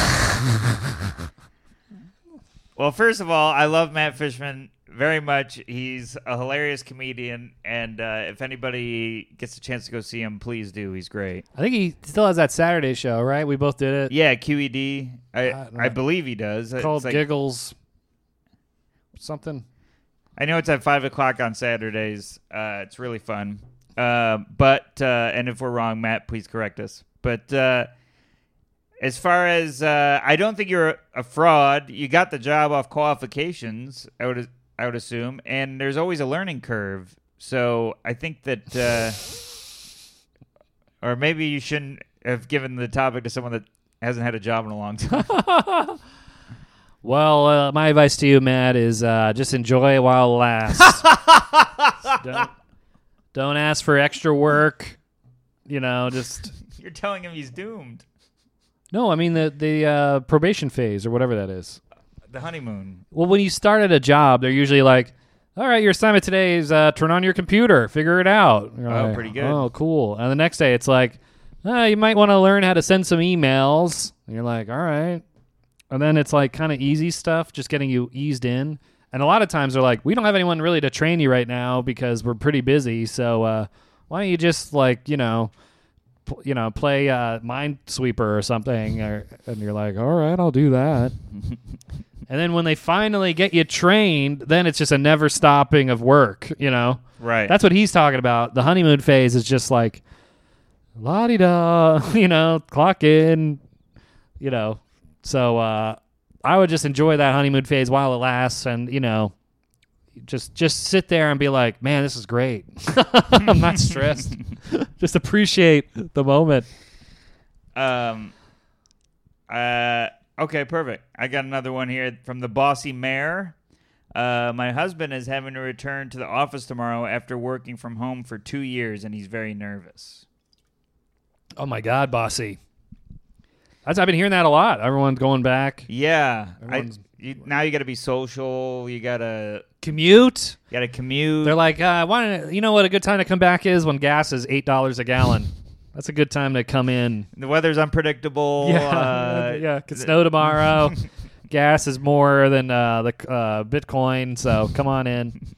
[SPEAKER 2] well, first of all, I love Matt Fishman very much. He's a hilarious comedian, and uh, if anybody gets a chance to go see him, please do. He's great.
[SPEAKER 1] I think he still has that Saturday show, right? We both did it.
[SPEAKER 2] Yeah, QED. I
[SPEAKER 1] I
[SPEAKER 2] I,
[SPEAKER 1] don't know.
[SPEAKER 2] believe he does. It's
[SPEAKER 1] called
[SPEAKER 2] like-
[SPEAKER 1] Giggles. Something.
[SPEAKER 2] I know it's at five o'clock on Saturdays. Uh, it's really fun. Uh, but uh, and if we're wrong, Matt, please correct us. But uh, as far as uh, I don't think you're a fraud. You got the job off qualifications. I would I would assume, and there's always a learning curve. So I think that, uh, or maybe you shouldn't have given the topic to someone that hasn't had a job in a long time.
[SPEAKER 1] Well, uh, my advice to you, Matt, is uh, just enjoy it while it lasts. don't, don't ask for extra work. You know, just
[SPEAKER 2] you're telling him he's doomed.
[SPEAKER 1] no. I mean the the uh, probation phase or whatever that is.
[SPEAKER 2] The honeymoon.
[SPEAKER 1] Well, when you start at a job, they're usually like, "All right, your assignment today is uh, turn on your computer, figure it out." You're
[SPEAKER 2] Oh,
[SPEAKER 1] like,
[SPEAKER 2] pretty good.
[SPEAKER 1] Oh, cool. And the next day, it's like, "Ah, "You might want to learn how to send some emails." And you're like, "All right." And then it's like kind of easy stuff, just getting you eased in. And a lot of times they're like, "We don't have anyone really to train you right now because we're pretty busy. So uh, why don't you just like you know." pl- You know, play uh, Minesweeper or something, or, and you're like, "All right, I'll do that." And then when they finally get you trained, then it's just a never stopping of work, you know?
[SPEAKER 2] Right.
[SPEAKER 1] That's what he's talking about. The honeymoon phase is just like la di da, you know, clock in, you know. So uh, I would just enjoy that honeymoon phase while it lasts and, you know, just just sit there and be like, man, this is great. I'm not stressed. just appreciate the moment.
[SPEAKER 2] Um. Uh. Okay. Perfect. I got another one here from the bossy mayor. Uh, my husband is having to return to the office tomorrow after working from home for two years, and he's very nervous.
[SPEAKER 1] Oh my God, bossy. That's, I've been hearing that a lot. Everyone's going back.
[SPEAKER 2] Yeah. I,
[SPEAKER 1] Everyone's-
[SPEAKER 2] you, now you got to be social. You gotta
[SPEAKER 1] Commute.
[SPEAKER 2] you gotta commute.
[SPEAKER 1] They're like, uh, why don't you know what a good time to come back is when gas is eight dollars a gallon. That's a good time to come in.
[SPEAKER 2] the weather's unpredictable.
[SPEAKER 1] Yeah,
[SPEAKER 2] Uh,
[SPEAKER 1] yeah, it could snow tomorrow. gas is more than uh, the uh, Bitcoin, so come on in.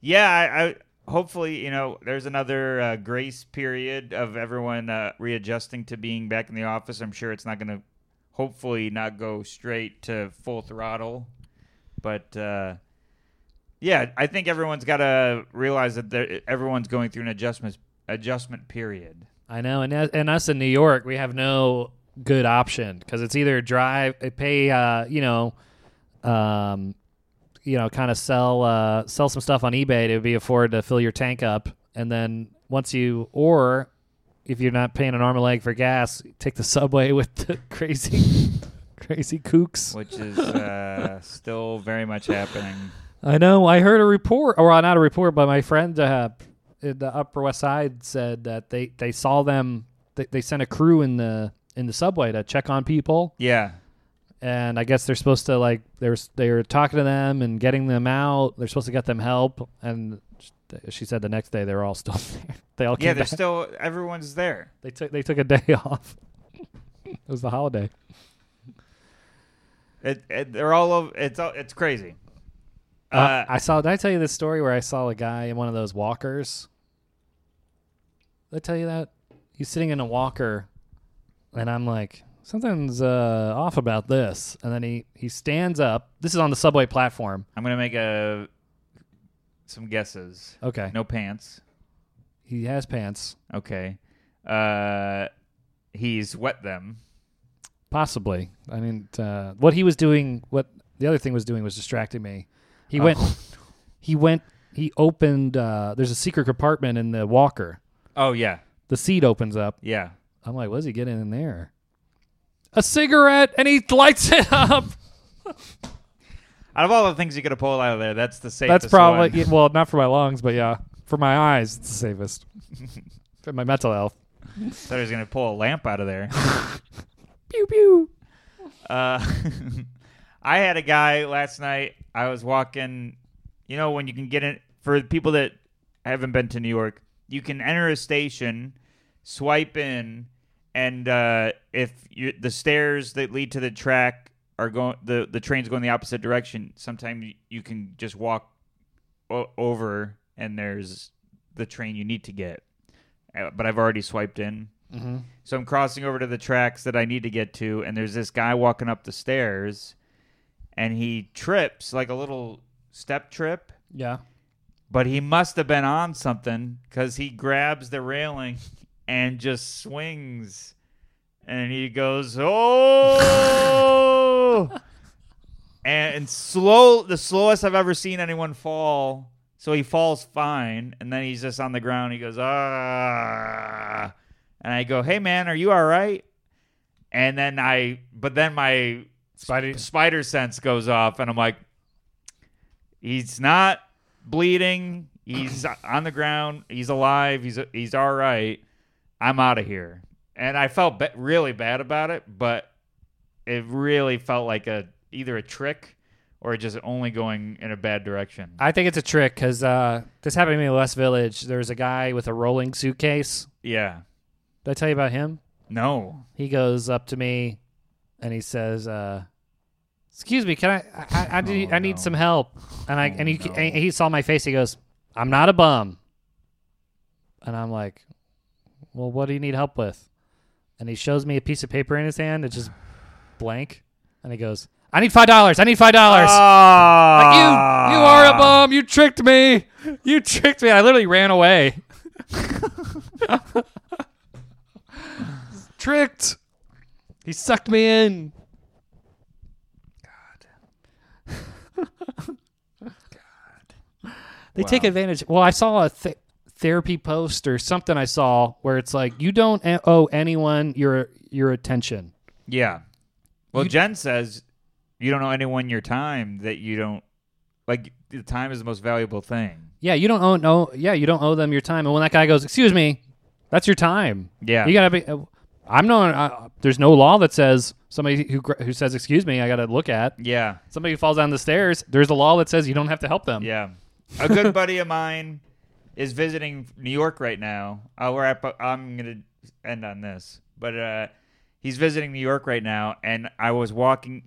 [SPEAKER 2] yeah I, I hopefully you know there's another uh, grace period of everyone uh, readjusting to being back in the office i'm sure it's not going to hopefully not go straight to full throttle but uh, yeah i think everyone's got to realize that there- everyone's going through an adjustment adjustment period
[SPEAKER 1] I know, and us- and us in New York, we have no good eh, option because it's either drive, pay, uh, you know, um, you know kind of sell uh, sell some stuff on eBay to be afford to fill your tank up, and then once you or if you're not paying an arm and leg for gas, take the subway with the crazy crazy kooks.
[SPEAKER 2] which is uh, still very much happening.
[SPEAKER 1] I know. I heard a report, or not a report, but my friend uh, in the Upper West Side said that they, they saw them. They, they sent a crew in the in the subway to check on people,
[SPEAKER 2] Yeah,
[SPEAKER 1] and I guess they're supposed to like they were they were talking to them and getting them out. They're supposed to get them help, and sh- she said the next day they were all still there. They all
[SPEAKER 2] yeah.
[SPEAKER 1] came
[SPEAKER 2] They're
[SPEAKER 1] back.
[SPEAKER 2] still everyone's there.
[SPEAKER 1] they took they took a day off. it was the holiday.
[SPEAKER 2] It, it, they're all over. It's all, it's crazy. Uh,
[SPEAKER 1] Uh, I saw. Did I tell you this story where I saw a guy in one of those walkers? Did I tell you that he's sitting in a walker, and I'm like, something's uh, off about this. And then he he stands up. This is on the subway platform.
[SPEAKER 2] I'm gonna make a some guesses.
[SPEAKER 1] Okay,
[SPEAKER 2] No pants.
[SPEAKER 1] he has pants,
[SPEAKER 2] Okay. Uh, he's wet them.
[SPEAKER 1] possibly. I didn't. Uh, what he was doing, what the other thing was doing, was distracting me. He
[SPEAKER 2] Oh.
[SPEAKER 1] went. He went. He opened. Uh, there's a secret compartment in the walker.
[SPEAKER 2] Oh yeah,
[SPEAKER 1] The seat opens up.
[SPEAKER 2] yeah.
[SPEAKER 1] I'm like, what's he getting in there? A cigarette, and he lights it up.
[SPEAKER 2] Out of all the things you could have pulled out of there, that's the safest.
[SPEAKER 1] That's probably
[SPEAKER 2] one.
[SPEAKER 1] yeah, well, not for my lungs, but yeah, for my eyes, it's the safest. for my mental health.
[SPEAKER 2] Thought he was gonna pull a lamp out of there.
[SPEAKER 1] Pew pew.
[SPEAKER 2] Uh, I had a guy last night. I was walking. You know when you can get in for the people that haven't been to New York, you can enter a station, swipe in, and uh, if you, the stairs that lead to the track are going, the the train's going the opposite direction. Sometimes you- you can just walk o- over, and there's the train you need to get. Uh, But I've already swiped in. So I'm crossing over to the tracks that I need to get to, and there's this guy walking up the stairs, and he trips like a little step trip,
[SPEAKER 1] Yeah.
[SPEAKER 2] but he must have been on something because he grabs the railing and just swings, and he goes oh, and, and slow the slowest I've ever seen anyone fall. So he falls fine, and then he's just on the ground. He goes ah, and I go, hey man, are you all right? And then I, but then my spider spider sense goes off, and I'm like, he's not bleeding. He's on the ground. He's alive. He's he's all right. I'm out of here. And I felt ba- really bad about it, but it really felt like a either a trick or just only going in a bad direction.
[SPEAKER 1] I think it's a trick because uh, this happened to me in West Village. There was a guy with a rolling suitcase.
[SPEAKER 2] yeah.
[SPEAKER 1] Did I tell you about him?
[SPEAKER 2] No.
[SPEAKER 1] He goes up to me, and he says, uh, "Excuse me, can I? I, I, I, need-
[SPEAKER 2] Oh,
[SPEAKER 1] I need
[SPEAKER 2] no.
[SPEAKER 1] some help." And I
[SPEAKER 2] Oh,
[SPEAKER 1] and he
[SPEAKER 2] no.
[SPEAKER 1] and he saw my face. He goes, "I'm not a bum." And I'm like, "Well, what do you need help with?" And he shows me a piece of paper in his hand. It's just blank, and he goes, "I need five dollars. I need five dollars."
[SPEAKER 2] Oh,
[SPEAKER 1] Like, you, you are a bum. You tricked me. You tricked me. I literally ran away. tricked. He sucked me in. They take
[SPEAKER 2] Wow.
[SPEAKER 1] advantage. Well, I saw a th- therapy post or something I saw where it's like you don't a- owe anyone your your attention.
[SPEAKER 2] Yeah. Well, Jen says you don't owe anyone your time that you don't like. The time is the most valuable thing.
[SPEAKER 1] Yeah, you don't owe no. Yeah, you don't owe them your time. And when that guy goes, "Excuse me, that's your time."
[SPEAKER 2] Yeah.
[SPEAKER 1] You gotta be. uh, I'm not. Uh, there's no law that says somebody who gr- who says "excuse me," I gotta look at.
[SPEAKER 2] yeah.
[SPEAKER 1] Somebody who falls down the stairs. There's a law that says you don't have to help them.
[SPEAKER 2] Yeah. Um, A good buddy of mine is visiting New York right now. Uh, we're at, I'm going to end on this. But uh, he's visiting New York right now. And I was walking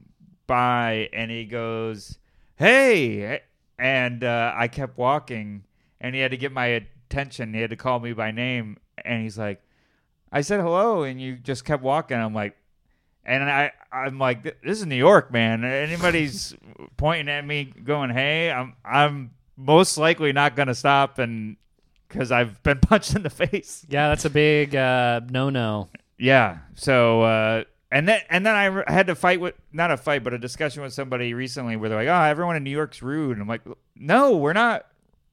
[SPEAKER 2] by and he goes, Hey. And uh, I kept walking and he had to get my attention. He had to call me by name. And he's like, I said hello and you just kept walking. I'm like, and I, I'm like, "Th- this is New York, man. Anybody's pointing at me, going, "Hey," I'm, I'm most likely not gonna stop, and because I've been punched in the face.
[SPEAKER 1] Yeah, that's a big uh, no no.
[SPEAKER 2] Yeah. So uh, And then and then I re- had to fight with not a fight but a discussion with somebody recently where they're like, "Oh, everyone in New York's rude." And I'm like, "No, we're not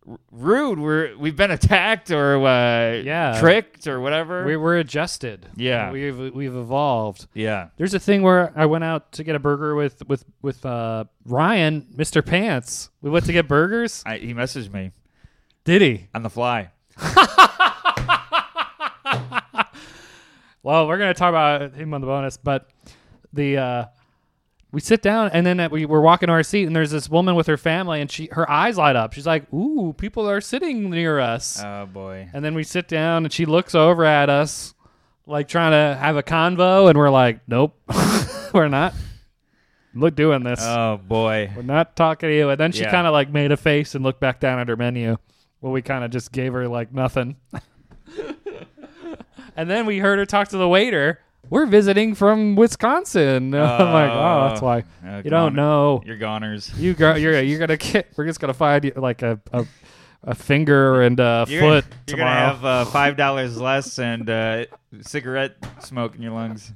[SPEAKER 2] r- rude. We're we've been attacked or uh,
[SPEAKER 1] Yeah.
[SPEAKER 2] tricked or whatever."
[SPEAKER 1] We were adjusted.
[SPEAKER 2] Yeah.
[SPEAKER 1] We've we've evolved.
[SPEAKER 2] yeah.
[SPEAKER 1] There's a thing where I went out to get a burger with with with uh, Ryan, Mr. Pants. We went to get burgers.
[SPEAKER 2] I, he messaged me
[SPEAKER 1] Did he?
[SPEAKER 2] on the fly.
[SPEAKER 1] Well, we're gonna talk about him on the bonus, but the uh, we sit down and then uh, we were walking to our seat and there's this woman with her family and she her eyes light up. She's like, "Ooh, people are sitting near us."
[SPEAKER 2] Oh boy.
[SPEAKER 1] and then we sit down and she looks over at us, like trying to have a convo, and we're like, "Nope, we're not. Look, doing this."
[SPEAKER 2] Oh boy.
[SPEAKER 1] We're not talking to you. And then she
[SPEAKER 2] Yeah.
[SPEAKER 1] kind of like made a face and looked back down at her menu. Well, we kind of just gave her like nothing. and then we heard her talk to the waiter. We're visiting from Wisconsin. I'm like, oh, that's why
[SPEAKER 2] Oh,
[SPEAKER 1] you don't know.
[SPEAKER 2] goner- You're goners.
[SPEAKER 1] You go, you're you're gonna get. We're just gonna find you like a a, a finger and a
[SPEAKER 2] You're,
[SPEAKER 1] foot
[SPEAKER 2] you're gonna
[SPEAKER 1] tomorrow.
[SPEAKER 2] have uh, five dollars less and uh, cigarette smoke in your lungs.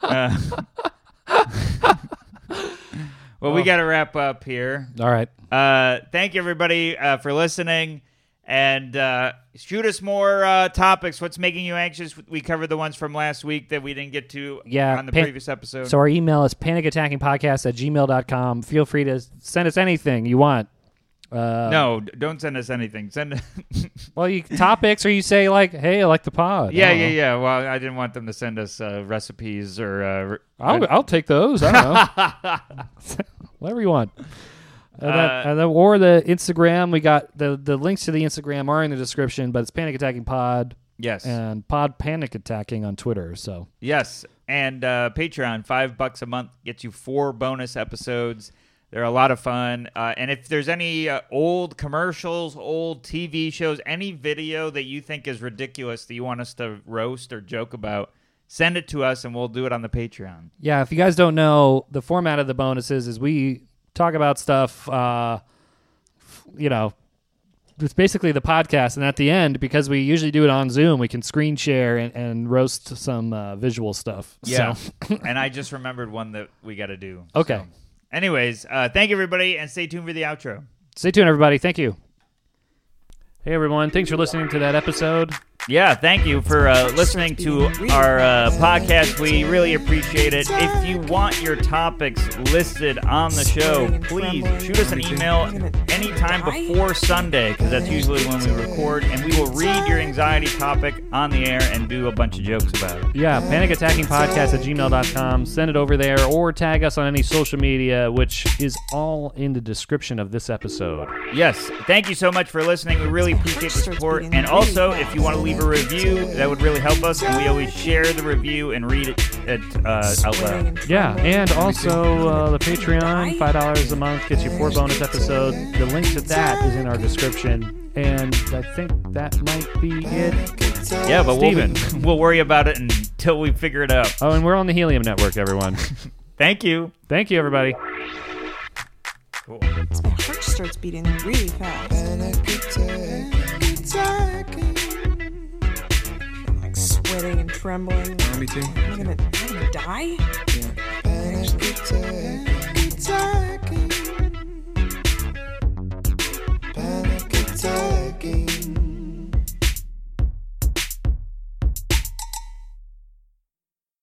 [SPEAKER 2] Uh, well,
[SPEAKER 1] Oh.
[SPEAKER 2] we got to wrap up here.
[SPEAKER 1] All right.
[SPEAKER 2] Uh, thank you, everybody, uh, for listening. And uh, shoot us more uh, topics. What's making you anxious? We covered the ones from last week that we didn't get to
[SPEAKER 1] Yeah,
[SPEAKER 2] on the
[SPEAKER 1] pan-
[SPEAKER 2] previous episode.
[SPEAKER 1] So our email is panicattackingpodcast at gmail.com. Feel free to send us anything you want. Uh,
[SPEAKER 2] no, d- don't send us anything. Send
[SPEAKER 1] Well, you topics, or you say like, "Hey, I like the pod." I
[SPEAKER 2] Yeah,
[SPEAKER 1] don't
[SPEAKER 2] yeah,
[SPEAKER 1] know.
[SPEAKER 2] yeah. Well, I didn't want them to send us uh, recipes or. Uh, re-
[SPEAKER 1] I'll, I'll take those. I don't know. Whatever you want. And then-
[SPEAKER 2] Uh,
[SPEAKER 1] and then- or the Instagram. We got the the links to the Instagram are in the description, but it's Panic Attacking Pod
[SPEAKER 2] yes,
[SPEAKER 1] and Pod Panic Attacking on Twitter. So
[SPEAKER 2] yes, and uh, Patreon five bucks a month gets you four bonus episodes. They're a lot of fun. Uh, and if there's any uh, old commercials, old TV shows, any video that you think is ridiculous that you want us to roast or joke about, send it to us and we'll do it on the Patreon.
[SPEAKER 1] yeah, if you guys don't know, the format of the bonuses is we talk about stuff. Uh, f- you know, it's basically the podcast, and at the end, because we usually do it on Zoom, we can screen share and, and roast some uh, visual stuff. So-
[SPEAKER 2] and I just remembered one that we got to do.
[SPEAKER 1] Okay.
[SPEAKER 2] So, Anyways, uh, thank you everybody, and stay tuned for the outro.
[SPEAKER 1] Stay tuned, everybody. Thank you. Hey, everyone. Thanks for listening to that episode.
[SPEAKER 2] Yeah, thank you for uh, listening to our uh, podcast. We really appreciate it. If you want your topics listed on the show, please shoot us an email anytime before Sunday, because that's usually when we record, and we will read your anxiety topic on the air and do a bunch of jokes about it.
[SPEAKER 1] Yeah, panicattackingpodcast at gmail.com. Send it over there or tag us on any social media, which is all in the description of this episode.
[SPEAKER 2] Yes, thank you so much for listening. We really appreciate the support. And also, if you want to leave a review, that would really help us, and we always share the review and read it, it uh, out loud.
[SPEAKER 1] Yeah, and also uh, the Patreon, $5 a month gets you four bonus episodes. The link to that is in our description. And I think that might be it.
[SPEAKER 2] Yeah, but we'll,
[SPEAKER 1] Steven.
[SPEAKER 2] we'll worry about it until we figure it out.
[SPEAKER 1] Oh, and we're on the Helium Network, everyone.
[SPEAKER 2] Thank you.
[SPEAKER 1] Thank you, everybody.
[SPEAKER 3] My heart starts beating really fast.
[SPEAKER 4] Panic attacking.
[SPEAKER 3] I'm like sweating and trembling.
[SPEAKER 5] Me too.
[SPEAKER 3] I'm gonna, I'm gonna die.
[SPEAKER 4] Panic attacking.